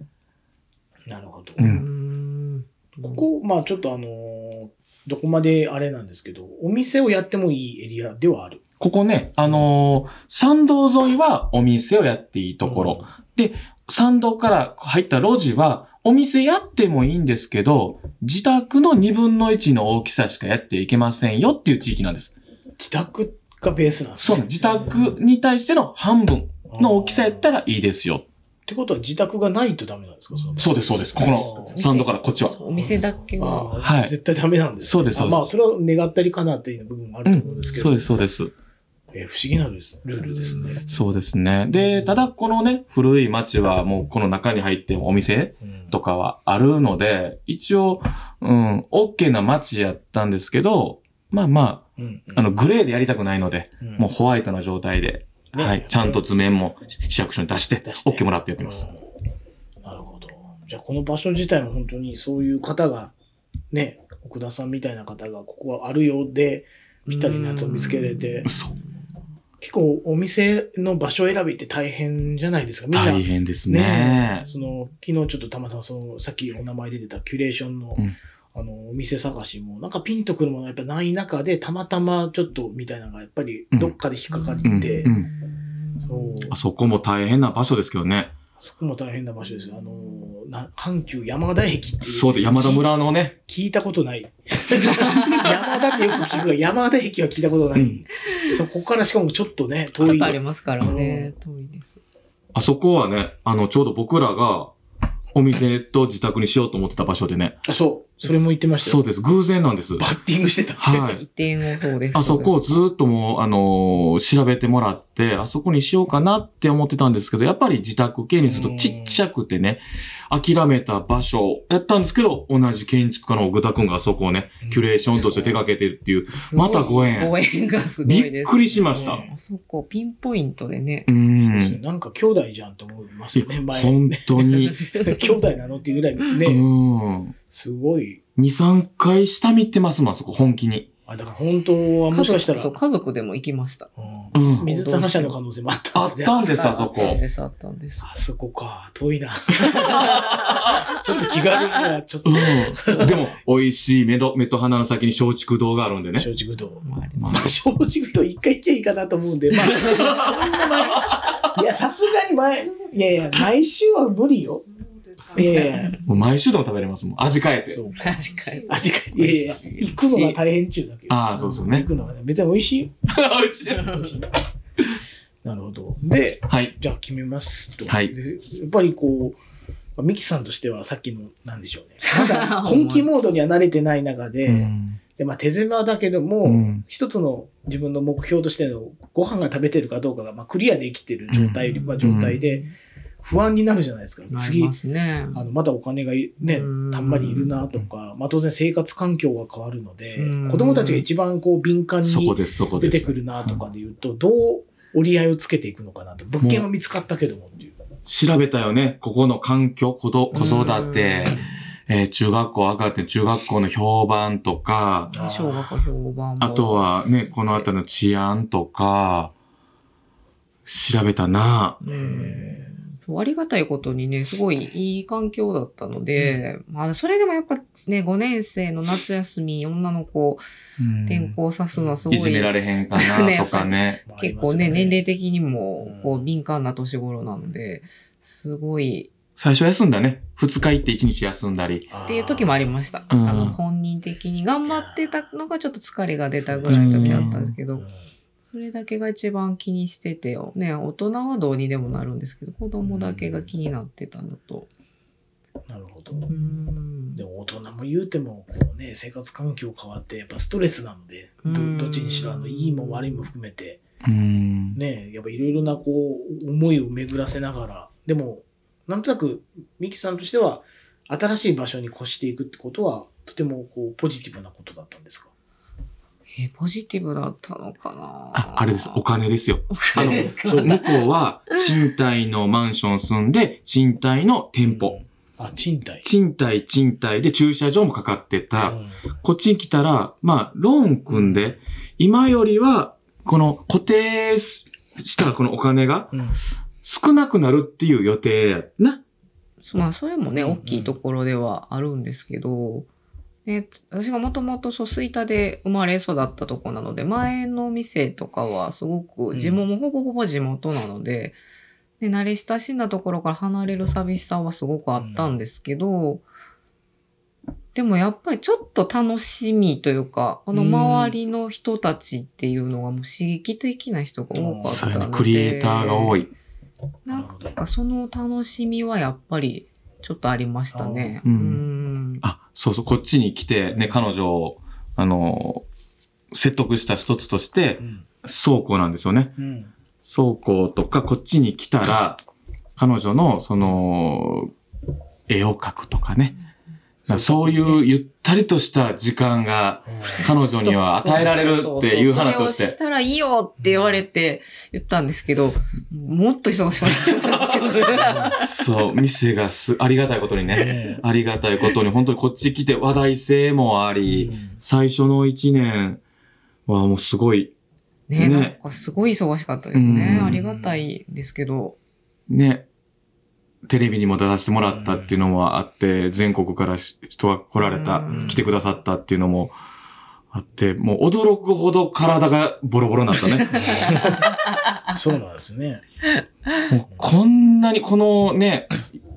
B: うんなるほど。
C: う。
D: うんんこ
B: ここ、まあちょっとあのーどこまであれなんですけど、お店をやってもいいエリアではある。
C: ここね、あの参道沿いはお店をやっていいところ。参道から入った路地は、お店やってもいいんですけど、自宅の2分の1の大きさしかやっていけませんよっていう地域なんです。
B: うん。自宅がベースなんです
C: そう、
B: ね。
C: 自宅に対しての半分の大きさやったらいいですよ。
B: ってことは自宅がないとダメなんですかその
C: そうです、そうです。ここの
D: あー
C: 参道からこっちは。
D: お店だけ
B: あ
D: は。
B: ー
C: はい
B: 絶対ダメなんですね。
C: そうですそうです
B: あまあ、それは願ったりかなっていう部分もあると思うんですけど。
C: そうです、そうです。
B: えー不思議なルールルールですね。
C: そうですね。で、ただこのね、古い町はもうこの中に入ってお店
B: うん
C: とかはあるので、一応、うん、OK な町やったんですけど、まあま
B: うんうん
C: あ、あの、グレーでやりたくないので、
B: うん
C: もうホワイトな状態で、
B: ね
C: はい、ちゃんと図面も市役所に出して
B: 出し、て
C: OK もらってやってます。
B: うんなるほど。じゃあこの場所自体も本当にそういう方が、ね、奥田さんみたいな方がここはあるようで、ぴったりのやつを見つけれて、
C: そう。
B: 結構お店の場所選びって大変じゃないですか。みんな
C: 大変です
B: ね
C: ね。
B: その昨日ちょっとたまさんそのさっきお名前出てたキュレーションの,、
C: うん
B: あのお店探しもなんかピンとくるものがやっぱない中でたまたまちょっとみたいなのがやっぱりどっかで引っかかって、
C: うん、うん。
B: そう
C: あそこも大変な場所ですけどね。
B: そこも大変な場所ですよあのな阪急山田駅っていう
C: そうで、山田村のね、
B: 聞いたことない 山田ってよく聞くが山田駅は聞いたことない、
C: うん
B: そこからしかもちょっとね
D: ち
B: 遠
D: ょっ
B: い
D: とありますからね。遠いです。
C: あそこはね、あの、ちょうど僕らがお店と自宅にしようと思ってた場所でね、
B: あそそれも言ってました
C: そう
B: よ。
C: です。偶然なんです。
B: バッティングしてたって。
C: はい。
D: 移転をそうです。
C: あそこをずっともう、あのー調べてもらって、あそこにしようかなって思ってたんですけど、やっぱり自宅系にするとちっちゃくてね、諦めた場所やったんですけど、同じ建築家の具田くんがあそこをね、キュレーションとして手掛けてるっていう、
D: すごい
C: またご縁
D: ご縁がすごいです。
C: びっくりしました。
D: あそこ、ピンポイントでね。
C: う
B: そうですよ
C: ん。
B: なんか兄弟じゃんと思います
C: い
B: よね、
C: や
B: 前。
C: 本当に、
B: 兄弟なのっていうぐらい
C: うん。
B: ね、
C: 2、
B: すごい。
C: 3回下見てますもん、あそこ、本気に。
B: あ、だから本当はもしかしたら
D: 家族そう、、家族でも行きました。
B: う
C: うんん
B: 水玉社の可能性もあった
C: あ
B: ん
C: っ
B: ですね。
C: たんです、
D: あ
C: あそ
D: ったん
C: こ。
D: です、あったんです。
B: あそこか、遠いな。 ちょっと気軽には、ちょっと
C: う、ん。でも、美味しい目と、目と鼻の先に松竹堂があるんでね。
B: 松竹堂。
D: まああれです
B: まあ、松竹堂一回行きゃいいかなと思うんで、 まあ、そんな前、いや、さすがに前、いやいや、毎週は無理 よ。いやいや、
C: もう毎週でも食べれますもん。味変えて。
B: そう。
D: 確か に。
B: 味が、いやいや、行くのが大変中だけど。
C: ああ、そうですよ
B: 行
C: ね。
B: くのがね、別に美味し いよ。
C: 美味しい。
B: なるほど。 で、
C: はい。
B: じゃあ決めますと。
C: はい
B: でやっぱりこう、ミキさんとしてはさっきの、なんでしょ うね。まだ本気モードには慣れてない中で、
C: うん
B: でまあ、手狭だけども、
C: うん
B: 一つの自分の目標としてのご飯が食べてるかどうかが、まあ、クリアできてる状態
D: うん
B: は状態で、不安になるじゃないですか。
D: なり
B: 次
D: ま、すね。
B: あのまだお金がいね
D: うん、
B: たんまりいるなとか、まあ、当然生活環境が変わるので
D: うん、
B: 子供たちが一番こう敏感
C: そこ
B: に
C: です、そこ
B: 出
C: で
B: て
C: す
B: く。るなとかで言うと、どう折り合いをつけていくのかなと。物件は見つかったけどもっていう。
C: 調べたよね。ここの環境、子ど子育て、えー中学校上がって、中学校の評判とか、
D: うん。小学校評判も。
C: あとはね、この辺りの治安とか、調べたな。
D: うん、そうありがたいことにね、すごいいい環境だったので、まあ、それでもやっぱね、5年生の夏休み、女の子
C: うん
D: 転校さすのはすごい、
C: いじめられへんかなとか ね。
B: まあ
D: 結構ね、年齢。的にも
B: うん、
D: こう、敏感な年頃なので、すごい、
C: 最初休んだね。二日行って一日休んだり。
B: っ
D: っていう時もありました。あ
C: うん
D: の、本人的に頑張ってたのがちょっと疲れが出たぐらいの時あったんですけど、それだけが一番気にしてて、ね、大人はどうにでもなるんですけど、子供だけが気になってたのと。
B: なるほど。
D: うん
B: でも大人も言うてもこう、ね、生活環境変わってやっぱストレスなんで
D: うん
B: どどっちにしろあのいいも悪いも含めて、
C: うん。
B: ね、やっぱいろいろなこう思いを巡らせながらでもなんとなくミキさんとしては新しい場所に越していくってことはとてもこうポジティブなことだったんですか
D: え、ポジティブだったのかな
C: あ、あれです。お金ですよ。
D: お
C: あの、
D: 金ですか
C: そう向こうは、賃貸のマンション住んで、賃貸の店舗。
B: あ賃貸
C: 賃貸、賃貸で駐車場もかかってた。
B: うん
C: こっちに来たら、まあ、ローン組んで、今よりは、この固定ししたこのお金が
B: うん
C: 少なくなるっていう予定やな。
D: そうまあ、それもね、
B: うんうん
D: 大きいところではあるんですけど、ね、私がもともと、そう、吹田で生まれ育ったとこなので、前の店とかはすごく、地元もほぼほぼ地元なので、ね、慣れ親しんだところから離れる寂しさはすごくあったんですけど、でもやっぱりちょっと楽しみというか、この周りの人たちっていうのがもう刺激的な人が多かった
C: そう
D: の
C: や
D: で、
C: ね。クリエイターが多
D: い。
C: い。
D: な
B: なんる
D: か
B: ほど
D: かその楽しみはやっぱりちょっとありましたね。
C: あーうん
D: ん
C: あ、そうそう、こっちに来て、ね、彼女を、あの、説得した一つとして
B: う、ん
C: 倉庫なんですよね。
B: うん
C: 倉庫とか、こっちに来たら、彼女の、その、絵を描くとかね。まあそういうゆったりとした時間が、彼女には与えられるっていう話を
D: そそそれを
C: し。
D: してたらいいよって言われて言ったんですけど、もっと忙しくなっちゃったんですけど。
C: そう、店がす、ありがたいことにね。
B: ね
C: ありがたいことに、本当にこっち来て話題性もあり、最初の一年はもうすごい、ね
D: ねなんかすごい忙しかったですね。
C: うん
D: ありがたいですけど。
C: ね、テレビにも出させてもらったっていうのもあって、全国からし人が来られた、
D: うん
C: 来てくださったっていうのもあって、もう驚くほど体がボロボロになった ね。
B: うんそうなんですね
C: もうこんなにこのね、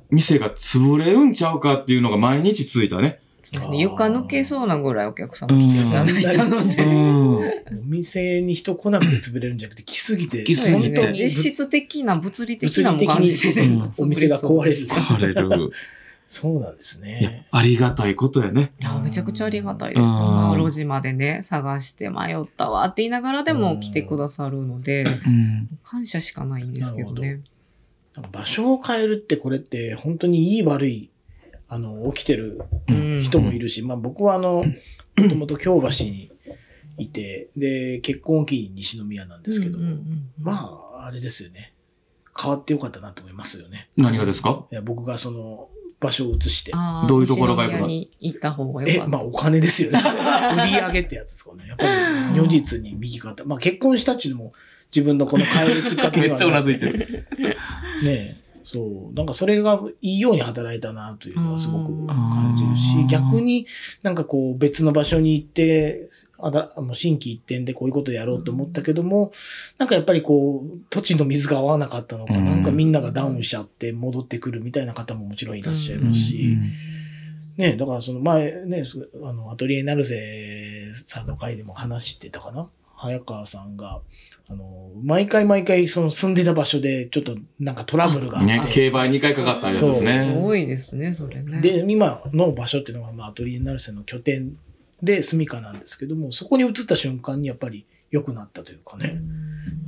C: 店が潰れるんちゃうかっていうのが毎日続いたね。
D: そうです
B: あ
D: ね
B: ー
D: 床抜けそうなぐらいお客様来ていただいたの
C: う
D: で。
C: ん。
B: お店に人来なくて潰れるんじゃなくて来すぎて
C: 来すぎて
B: 本当に
D: 実質的な物理的なも感じで、
B: 物理的
D: ね
B: に、お店が壊れる
C: 取
D: て
C: れる。
B: そうなんです
C: いや
B: ね。、
C: ありがたいことやね。
D: いや、めちゃくちゃありがたいです。
C: うん
D: そんな路地までね、探して迷ったわって言いながらでも来てくださるので、
C: うん。
D: 感謝しかないんですけど
B: な
D: ね。
B: 場所を変えるってこれって本当にいい悪い、あの、起きてる
D: うん
B: 人もいるし、まあ僕はあ の、もともと京橋にいて、で、結婚を機に西宮なんですけど、
D: うんうんうん
B: まあ、あれですよね。変わってよかったなと思いますよね。
C: 何がですか
B: いや僕がその場所を移して。
D: あー
C: どういうところが
D: 西宮に行った方がよ
B: え、
D: かった。
B: まあお金です よね。売り上げってやつですかね。やっぱり如実に右肩。まあ結婚したっていうのも自分のこの変えるきっかけ
C: め
B: に
C: っ
B: は
C: ちゃうなずいてる。
B: ねえそう。なんかそれがいいように働いたなというのはすごく感じる
C: う
B: し、
C: ん
B: 逆になんかこう別の場所に行って、あだあの新規一転でこういうことやろうと思ったけども、なんかやっぱりこう土地の水が合わなかったのか、
C: うん
B: なんかみんながダウンしちゃって戻ってくるみたいな方ももちろんいらっしゃいますし、
C: うん
B: ねだからその前ね、すあの、アトリエナルセさんの回でも話してたかな早川さんが、あの、毎回毎回その住んでた場所でちょっとなんかトラブルがあって、
C: ね、競売2回かかったやつで
B: そ
C: す
B: う
D: す
C: ね。
D: ごいですね、それね。
B: で、今の場所っていうのが、まあ、アトリエナルセの拠点で住処なんですけども、そこに移った瞬間にやっぱり良くなったというかね。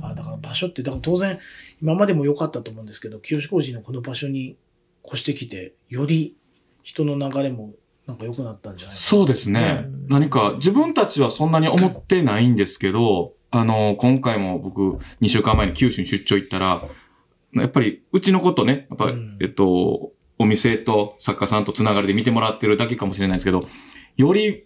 B: あだから場所って、だから当然今までも良かったと思うんですけど、清志工事のこの場所に越してきて、より人の流れもなんか良くなったんじゃないかな。
C: そうですね。何か、自分たちはそんなに思ってないんですけど、あの、今回も僕、2週間前に九州に出張行ったら、やっぱり、うちのことね、やっぱ、
B: うん
C: えっと、お店と作家さんとつながりで見てもらってるだけかもしれないですけど、より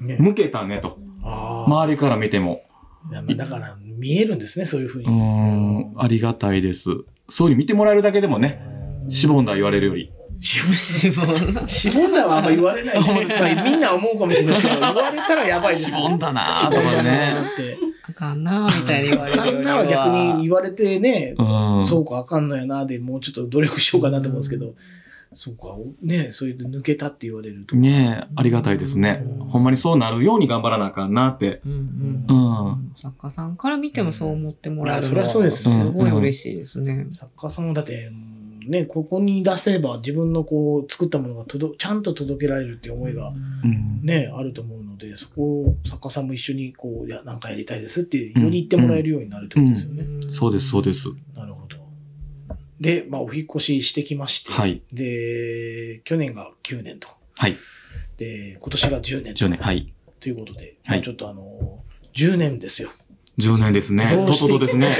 B: ね
C: 向けたねと。
B: ああ。
C: 周りから見ても。
B: いやまあだから見えるんですね、そういうふうに。
C: うーん、ありがたいです。そういうふうに見てもらえるだけでもね、しぼんだ言われるより。
B: し
D: しぼんだ。
B: しぼんだはあんま言われないね、まあみんな思うかもしれないですけど、言われたらやばいですよね。
C: だな
B: しぼんだな。って。
D: あかんな、みたいに言われるよ
B: あ
D: り。
B: んなは逆に言われてね、
C: うん。
B: そうかあかんのやなでもうちょっと努力しようかなと思うんですけど、そうか、ね、そういう抜けたって言われると。
C: ねえ、ありがたいですね
B: うん。
C: ほんまにそうなるように頑張らなあかんなって。
D: うんうん
C: う。
D: うんん作家さんから見てもそう思ってもらえる
B: いやそりゃそうです
D: す
C: よ
D: ごい嬉しいですね。
B: 作家さんはだって、ね、ここに出せば自分のこう作ったものが届ちゃんと届けられるっていう思いが
C: うん。
B: ね、あると思うので、そこを作家さんも一緒にこう、いや、なんかやりたいですって、より言ってもらえるようになるってことですよね。
C: そうです、そうです。
B: なるほど。で、まあ、お引っ越ししてきまして、
C: はい。
B: で、去年が9年と、
C: はい。
B: で、今年が10年と
C: 10年。はい。
B: ということで、
C: は
B: ま
C: い
B: あちょっとあの、10年ですよ。
C: 10年ですね。
B: どう
C: と
B: して
C: ととですね。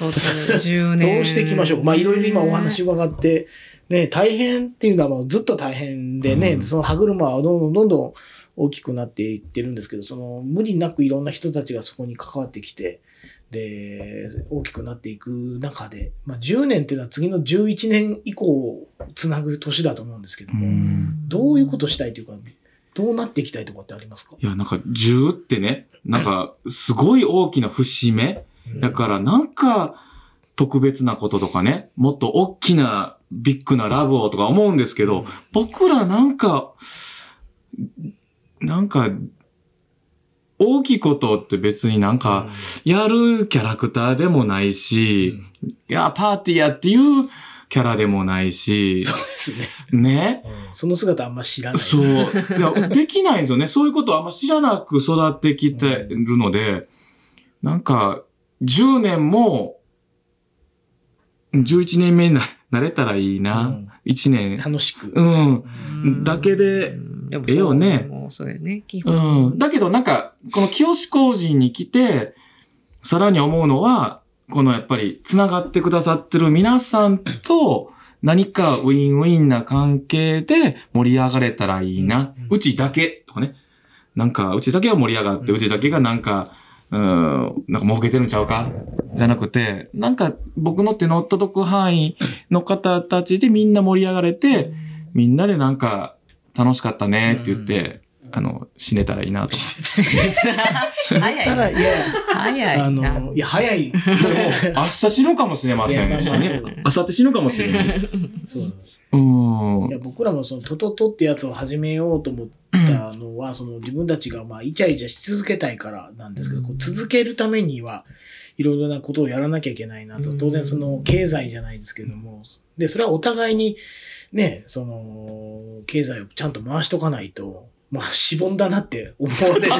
D: どう10年。
B: どうしていきましょう。まあ、いろいろ今お話伺って、ね、大変っていうのはもうずっと大変でね、
C: うん
B: その歯車はどんどんどんどん大きくなっていってるんですけど、その無理なくいろんな人たちがそこに関わってきて、で、大きくなっていく中で、まあ、10年っていうのは次の11年以降をつなぐ年だと思うんですけど
C: う
B: も、
C: ん。
B: どういうことしたいというか、どうなっていきたいとかってありますか
C: いや、なんか10ってね、なんかすごい大きな節目。だからなんか特別なこととかね、もっと大きなビッグなラブをとか思うんですけど、僕らなんか、なんか、大きいことって別になんか、やるキャラクターでもないし、いや、パーティーやっていうキャラでもないし
B: そ、うですね。
C: ね。
B: その姿あんま知らないです
C: そう。
B: ね。
C: いや、できないんですよね。そういうことをあんま知らなく育ってきてるので、なんか、10年も、11年目にななれたらいいうな。
B: ん
C: 1年。
B: 楽しく。
C: うん。
D: うん
C: だけで、
D: でも
C: ええよね
D: もうそうよね、基
C: う
D: 本。
C: ん。だけどなんか、この清志工人に来て、さらに思うのは、このやっぱり、つながってくださってる皆さんと、何かウィンウィンな関係で盛り上がれたらいいな
B: うん。
C: うちだけ、とかね。なんか、うちだけが盛り上がっ
B: う
C: て、
B: ん
C: うちだけがなんか、うん、なんか儲けてるんちゃうかじゃなくて、なんか僕の手の届く範囲の方たちでみんな盛り上がれて、みんなでなんか楽しかったねって言って、あの、死ねたらいいなと。
B: ただ、
D: 早
B: い
D: い。
B: や、
D: 早
B: あ
D: いな。
B: の、いや、早い。
C: でも、明日死ぬかもしれませんし
B: いや
C: ね
B: まあま。
C: 明後日死ぬかも しれない。
B: そうなんです
C: う
B: い
C: ん。
B: や僕らもそのトトトってやつを始めようと思ったのは、その自分たちがまあイチャイチャし続けたいからなんですけど、こう続けるためにはいろいろなことをやらなきゃいけないなと、当然その経済じゃないですけども、で、それはお互いにね、その、経済をちゃんと回しとかないと、まあ、しぼんだなって思われる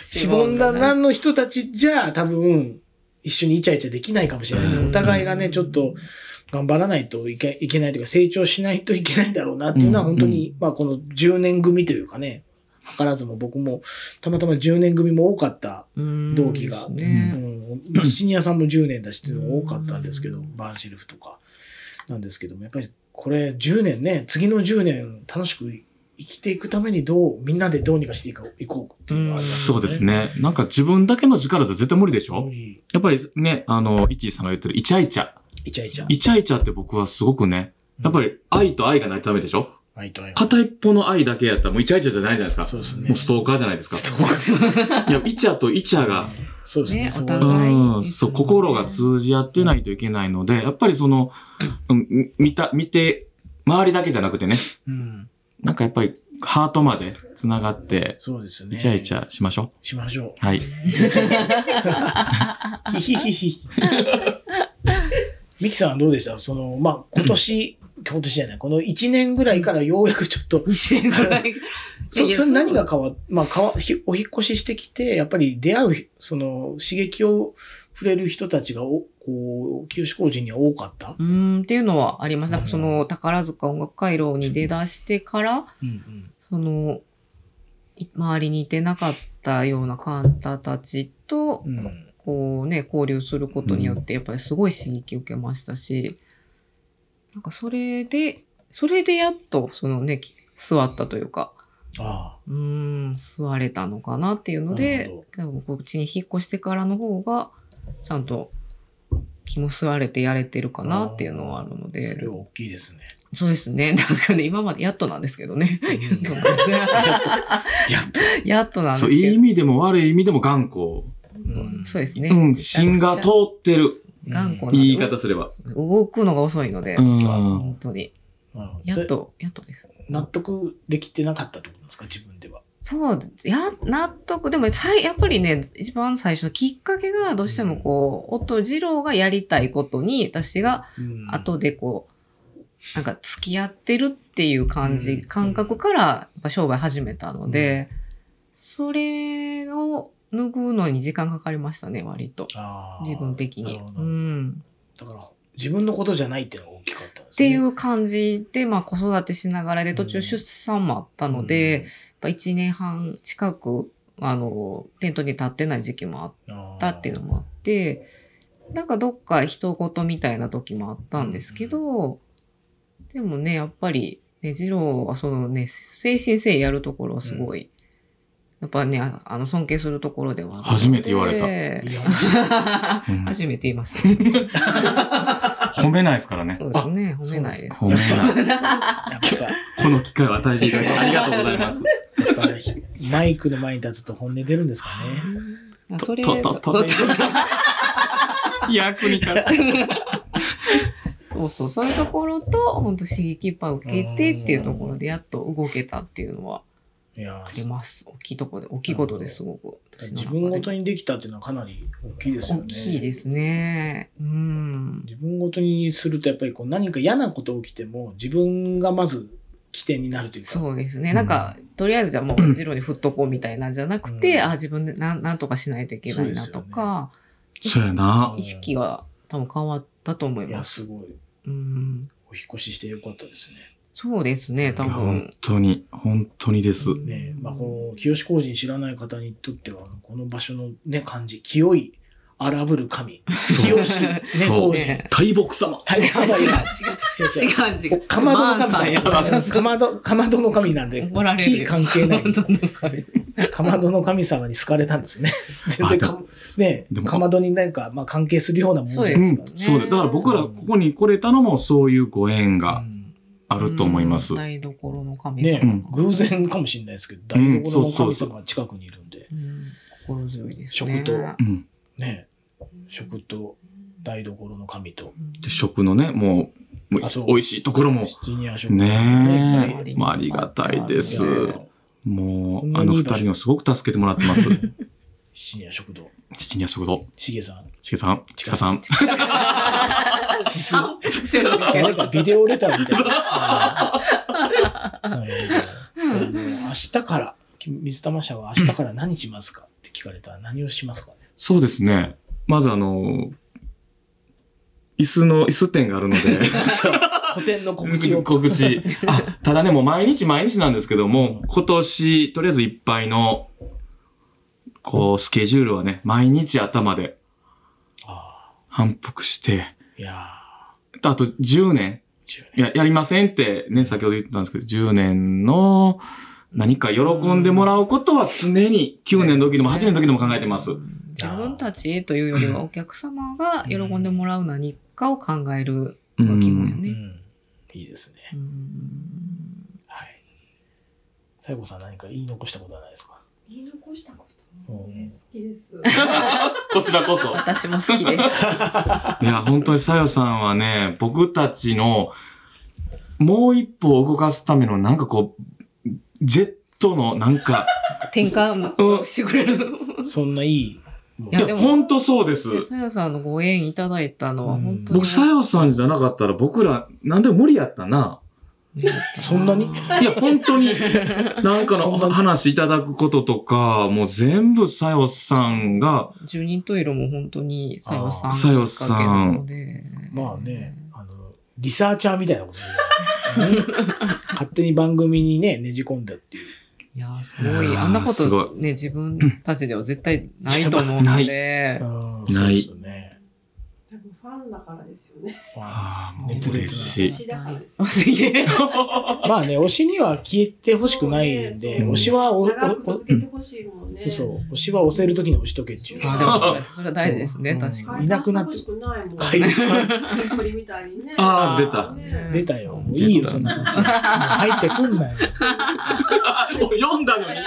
B: し、しぼんだなの人たちじゃ、多分、一緒にイチャイチャできないかもしれない。
C: うん
B: お互いがね、ちょっと、頑張らないといけいけないというか、成長しないといけないんだろうなっていうのは、
C: うん
B: 本当に、まあ、この10年組というかね、図らずも僕も、たまたま10年組も多かった
D: うん
B: 同期が、
D: ね
B: うん、シニアさんも10年だしっていうのが多かったんですけど、バージルフとかなんですけども、やっぱりこれ10年ね、次の10年楽しく生きていくためにどう、みんなでどうにかしていこういこうっていうのはあります
C: そ
B: よ
C: うです。ね。なんか自分だけの力じゃ絶対無理でしょ、
B: 無理
C: やっぱりね、あの、いちいさんが言ってるイチャイチャ。
B: イチャイチャ。
C: イチャイチャって僕はすごくね、やっぱり愛と愛がないとダメでしょ
B: はいとはい
C: 片一方の愛だけやったらもうイチャイチャじゃないじゃないですか。
B: そうですね
C: もうストーカーじゃないですか。
B: ストーカー
C: いや、イチャとイチャが、
B: そうですね。
D: ね
B: そ
D: お
B: こは
D: 互い
C: う
D: うん
C: ん、そう、心が通じ合ってないといけないので、やっぱりその、うんみ見た、見て、周りだけじゃなくてね、
B: うん。
C: なんかやっぱりハートまで繋がって、
B: そうですね。
C: イチャイチャしましょ
B: しましょ
C: う。はい。
B: う。ひひひひ。ミキさんはどうでしたその、まあ、今年、今年じゃない、この1年ぐらいからようやくちょっと、
D: 2000ぐらい。い
B: そ
D: やいや
B: それ
D: う
B: 何が変わっ、まあ、変わ、ひお引っ越ししてきて、やっぱり出会うひ、その、刺激をくれる人たちがお、こう、清志工事には多かった。
D: うーん、っていうのはあります。なんかその、宝塚音楽回廊に出だしてから、
B: うん
D: その、い周りにいてなかったような方たちと
B: う、ん。うん。
D: こうね、交流することによって、やっぱりすごい刺激を受けましたし、なんかそれで、それでやっと、そのね、き座ったというか、
B: あ
D: うーん、座れたのかなっていうの
B: なる
D: で
B: ほ、
D: 多分こっちに引っ越してからの方が、ちゃんと気も吸われてやれてるかなっていうのはあるの
B: あ。そ
D: で。
B: れは大きい ですね。
D: そうですね。なんかね、今までやっとなんですけ どね。 やっとなんですね
B: やっと。
D: やっとなんです
C: そう、
D: け
C: いい意
D: ど。
C: 味でも悪い意味でも頑固。
B: うん
D: そうですね。
C: うん、芯が通ってる。
D: 頑固な
C: 言い方すれば。
D: 動くのが遅いので、
C: うん
D: 私は本当に。
B: なるほど
D: やっと、やっとです。
B: それ納得できてなかったってことなんですか、自分では。
D: そう、や、納得。でも、さいやっぱりね、一番最初のきっかけが、どうしてもこう、夫、二郎がやりたいことに、私が
B: うん
D: 後でこう、なんか付き合ってるっていう感じ、
B: うん
D: 感覚からやっぱ商売始めたので、それを脱ぐのに時間かかりましたね、割と。
B: あー
D: 自分的
B: なる
D: に。
B: ほ
D: う
B: ど
D: ん、
B: だから、自分のことじゃないっていうのが大きかったんで
D: っ
B: す
D: て
B: ね。
D: い
B: っ
D: う感じで、まあ子育てしながらで、途中出産もあったので、やっぱ1年半近く、あの、テントに立ってない時期もあっ
B: うん、あー
D: たっていうのもあって、なんかどっか人事みたいな時もあったんですけど、でもね、やっぱり、ね、二郎はそのね、精神性やるところはすごい、やっぱね、ああの、尊敬するところではあるので
C: 初めて言われた
B: いや
C: うん
D: 初めて言いましたね。
C: 褒めないですからね
D: そ。うですね、褒めないです。
C: 褒めない。
B: やっぱ
C: この機会を与えていただきありがとうございます。
B: やっぱマイクの前に立つと本音出るんですかね。
D: あそれ、
C: とととと
D: そう
C: 役に立つ。
D: そうそう、そういうところと、本当刺激いっぱい受けてっていうところで、やっと動けたっていうのは、
B: いやー
D: あります。大きいとこで、大きいことですごく。私の
B: 自
D: 中
B: 分ご
D: で
B: とにできたっていうのはかなり大きいですよね。
D: 大きいですね。うん。
B: 自分ごとにするとやっぱりこう何か嫌なこと起きても自分がまず起点になるというか。
D: そうです
C: う
D: ね。
C: ん
D: なんか、とりあえずじゃあもう、ジロに振っとこうみたいなんじゃなくて、
B: うん
D: あ、自分でなんなんとかしないといけないなとか、
C: そうやな。
B: ね
D: 意識が多分変わったと思い
B: い
D: ま
B: や、
D: す。
B: すごい。
D: うん。
B: お引越ししてよかったですね。
D: そうですね、多
C: いや
D: 分
C: 本。当に、本当にです。
B: ねまあ、この清志工人知らない方にとっては、この場所のね、漢字、清い、荒ぶる神。
C: そう
B: 清志、ね、
C: そう
B: 工人。
D: ね
C: 大木様。
B: 大変
D: 違う違 う
B: 違う違う。
D: 違う違う。
B: かまどの神さん
D: や
B: や
D: ば そうそ
B: か
D: う。
B: まど、かまどの神なんで
D: 怒ら、れる
B: 木
D: よ
B: 関係ない。
D: かまどの神
B: かまどの神様に好かれたんですね。全然か、ね
C: でも
B: かまどになんか、まあ関係するようなもの
D: そう
B: で
D: です
C: うん
B: すか
D: よね
C: そうで、だから僕らここに来れたのもそういうご縁
B: ら
C: が
B: ね。
C: あると思います。
D: うん
C: う
D: 台所の神
B: ね
C: う
D: 様。
C: ん
B: 偶然かもしれないですけど、
C: う
B: 台
C: ん
B: 所の
C: そ
B: 神
C: うそうそう
B: 様が近くにいるんで、
D: うん心強いです
B: 食
D: ね。
B: と
C: ん。
B: ね食と台所の神と、
C: で食のね、もう、もう
B: あそう
C: 美味しいところも
B: シ、チニア食
C: ねえ、ま
D: まあ
C: あ
D: あ
C: あ
D: り
C: り
D: が
C: が
D: た
C: た
D: い
C: い
D: で
C: ですす。
B: いや
C: も
B: こん
C: う、
B: な
C: あ
B: に
C: の
B: いい
C: 二
B: 場所
C: 人をすごく助けてもらってます。
B: シニア食堂。
C: 父には食堂。
B: しげさん。
C: しげさん、ちかさん。
B: 指数。
D: アンプしてる
B: なんかビデオレターみたいな。なるほど明日から、水玉社は明日から何しますかって聞かれたら何をします かね。
C: そうですね。まずあの、椅子の、椅子店があるので。
B: 古典の告知を。
C: 告知。あ、ただね、もう毎日毎日なんですけども、今年、とりあえずいっぱいの、こう、スケジュールはね、毎日頭で
B: あ
C: 反復して、
B: ーいや
C: あと
B: ー、10
C: 10年、い
B: 年。
C: や、やりませんってね、先ほど言ってたんですけど、10年の何か喜んでもらうことは常に9年の時でも8年の時でも考えてます。
D: 自分たちへというよりはお客様が喜んでもらう何かを考える
C: う
D: わけもよ
C: ん。
B: う
D: ね。
B: ん。いいですね。
D: うん
B: はい。最後さん何か言い残したことはないですか
E: 言い残したこと、
B: うん
E: ね、好きです。
C: こちらこそ。
D: 私も好 きです。
C: いや、本当にさよさんはね、僕たちのもう一歩を動かすためのなんかこう、ジェットのなんか、
D: 転換
C: うん。
D: してくれる。
B: そんないい。もう
D: い
C: い
D: や
C: や、本当そうです。
D: でさよさんのご縁いただいたのは本当に。
C: 僕、さよさんじゃなかったら僕ら、なんでも無理やったな。
B: そんなに
C: いや、本当に、なんか
B: そ
C: の
B: んな
C: 話いただくこととか、もう全部さよさんが、
D: 十人十色も本当にさよさん
B: あー
D: きっかけなので。
B: まあね、あの、リサーチャーみたいなことだよね 勝手に番組にね、ねじ込んだっていう。
D: いやー、すご
C: い
D: い。
C: やー
D: あんなこ
C: すご
D: とね、自分たちでは絶対ないと思うので。
B: うん
C: な
B: そう
C: い
B: ですよね。
E: 多分ファンだからですよね。
C: ああ、もう
B: 熱烈な
C: 嬉しい。
E: 推しだからです
D: あ
E: よ。
D: すげえ
B: まあね、推しには消えてほしくないん
E: そう
B: で、
E: ね
C: そう
B: 推しはおおお
E: 長く続けてほしいもんね。
B: そうそう、推しは押せるときに押しとけっていう。
E: ま
D: あでもそ れ、それは大事ですね、
B: そう
D: 確か
B: いなくなって
E: 解散してほしくないもん。
B: 解 散
E: アプリみたいにね。
C: あー出た
D: うん
B: 出たよ。もういいよ、
C: 出た
B: そんな話。もう入ってくんなよ。
C: 読んだのに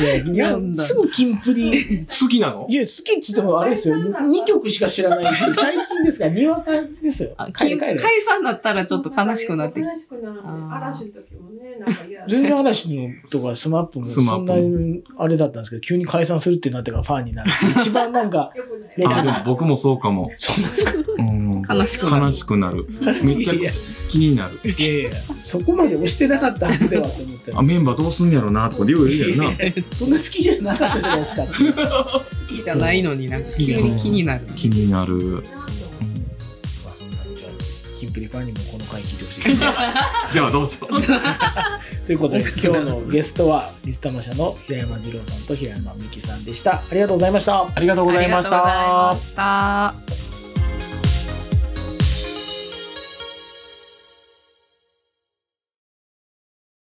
B: いや、いやすぐキンプリ。
C: 好きなの
B: いや、好きっつってもあれですよ。2曲しか知らないし、最近ですから、にわかですよ
D: に。。
B: 帰れ
D: 金
B: 帰れ
D: 解。散だったらちょっと悲しくなってき
E: そう
D: て。
E: 悲しくなるね
D: あー
E: 嵐の時もね、なんか嫌だね
B: 全然嵐のとかスマップも
C: スマ
B: そ
C: ップ
B: んなにあれだったんですけど、急に解散するってなってからファンになるって一番なんか、
E: よくない。
B: いや
C: あ、でも僕もそうかも。
B: そうなんですか。
C: うん
D: 悲しくなる
C: 悲しくなる。め
B: い
C: ち
B: や
C: ゃ
B: い
C: くち
B: や
C: ゃ気になる。
B: いやいや、そこまで押してなかったはずではと思って
C: あ、メンバーどうすんやろな、とか、りょう言うやろ な。
B: そんな好きじゃなかったじゃないですか。
D: 好きじゃないのになんか急に気になる。
C: 気になる。
B: まあそんなじゃあキンプリファンにもこの回聞いてほしいですね。
C: ではどうぞ。
B: ということ で今日のゲストは水玉社の平山二郎さんと平山美希さんでした。ありがとうございました。
C: ありがとう
D: あ
C: ござい
D: りが
C: ま
D: と
C: し
D: うござい
C: た
D: ま。した。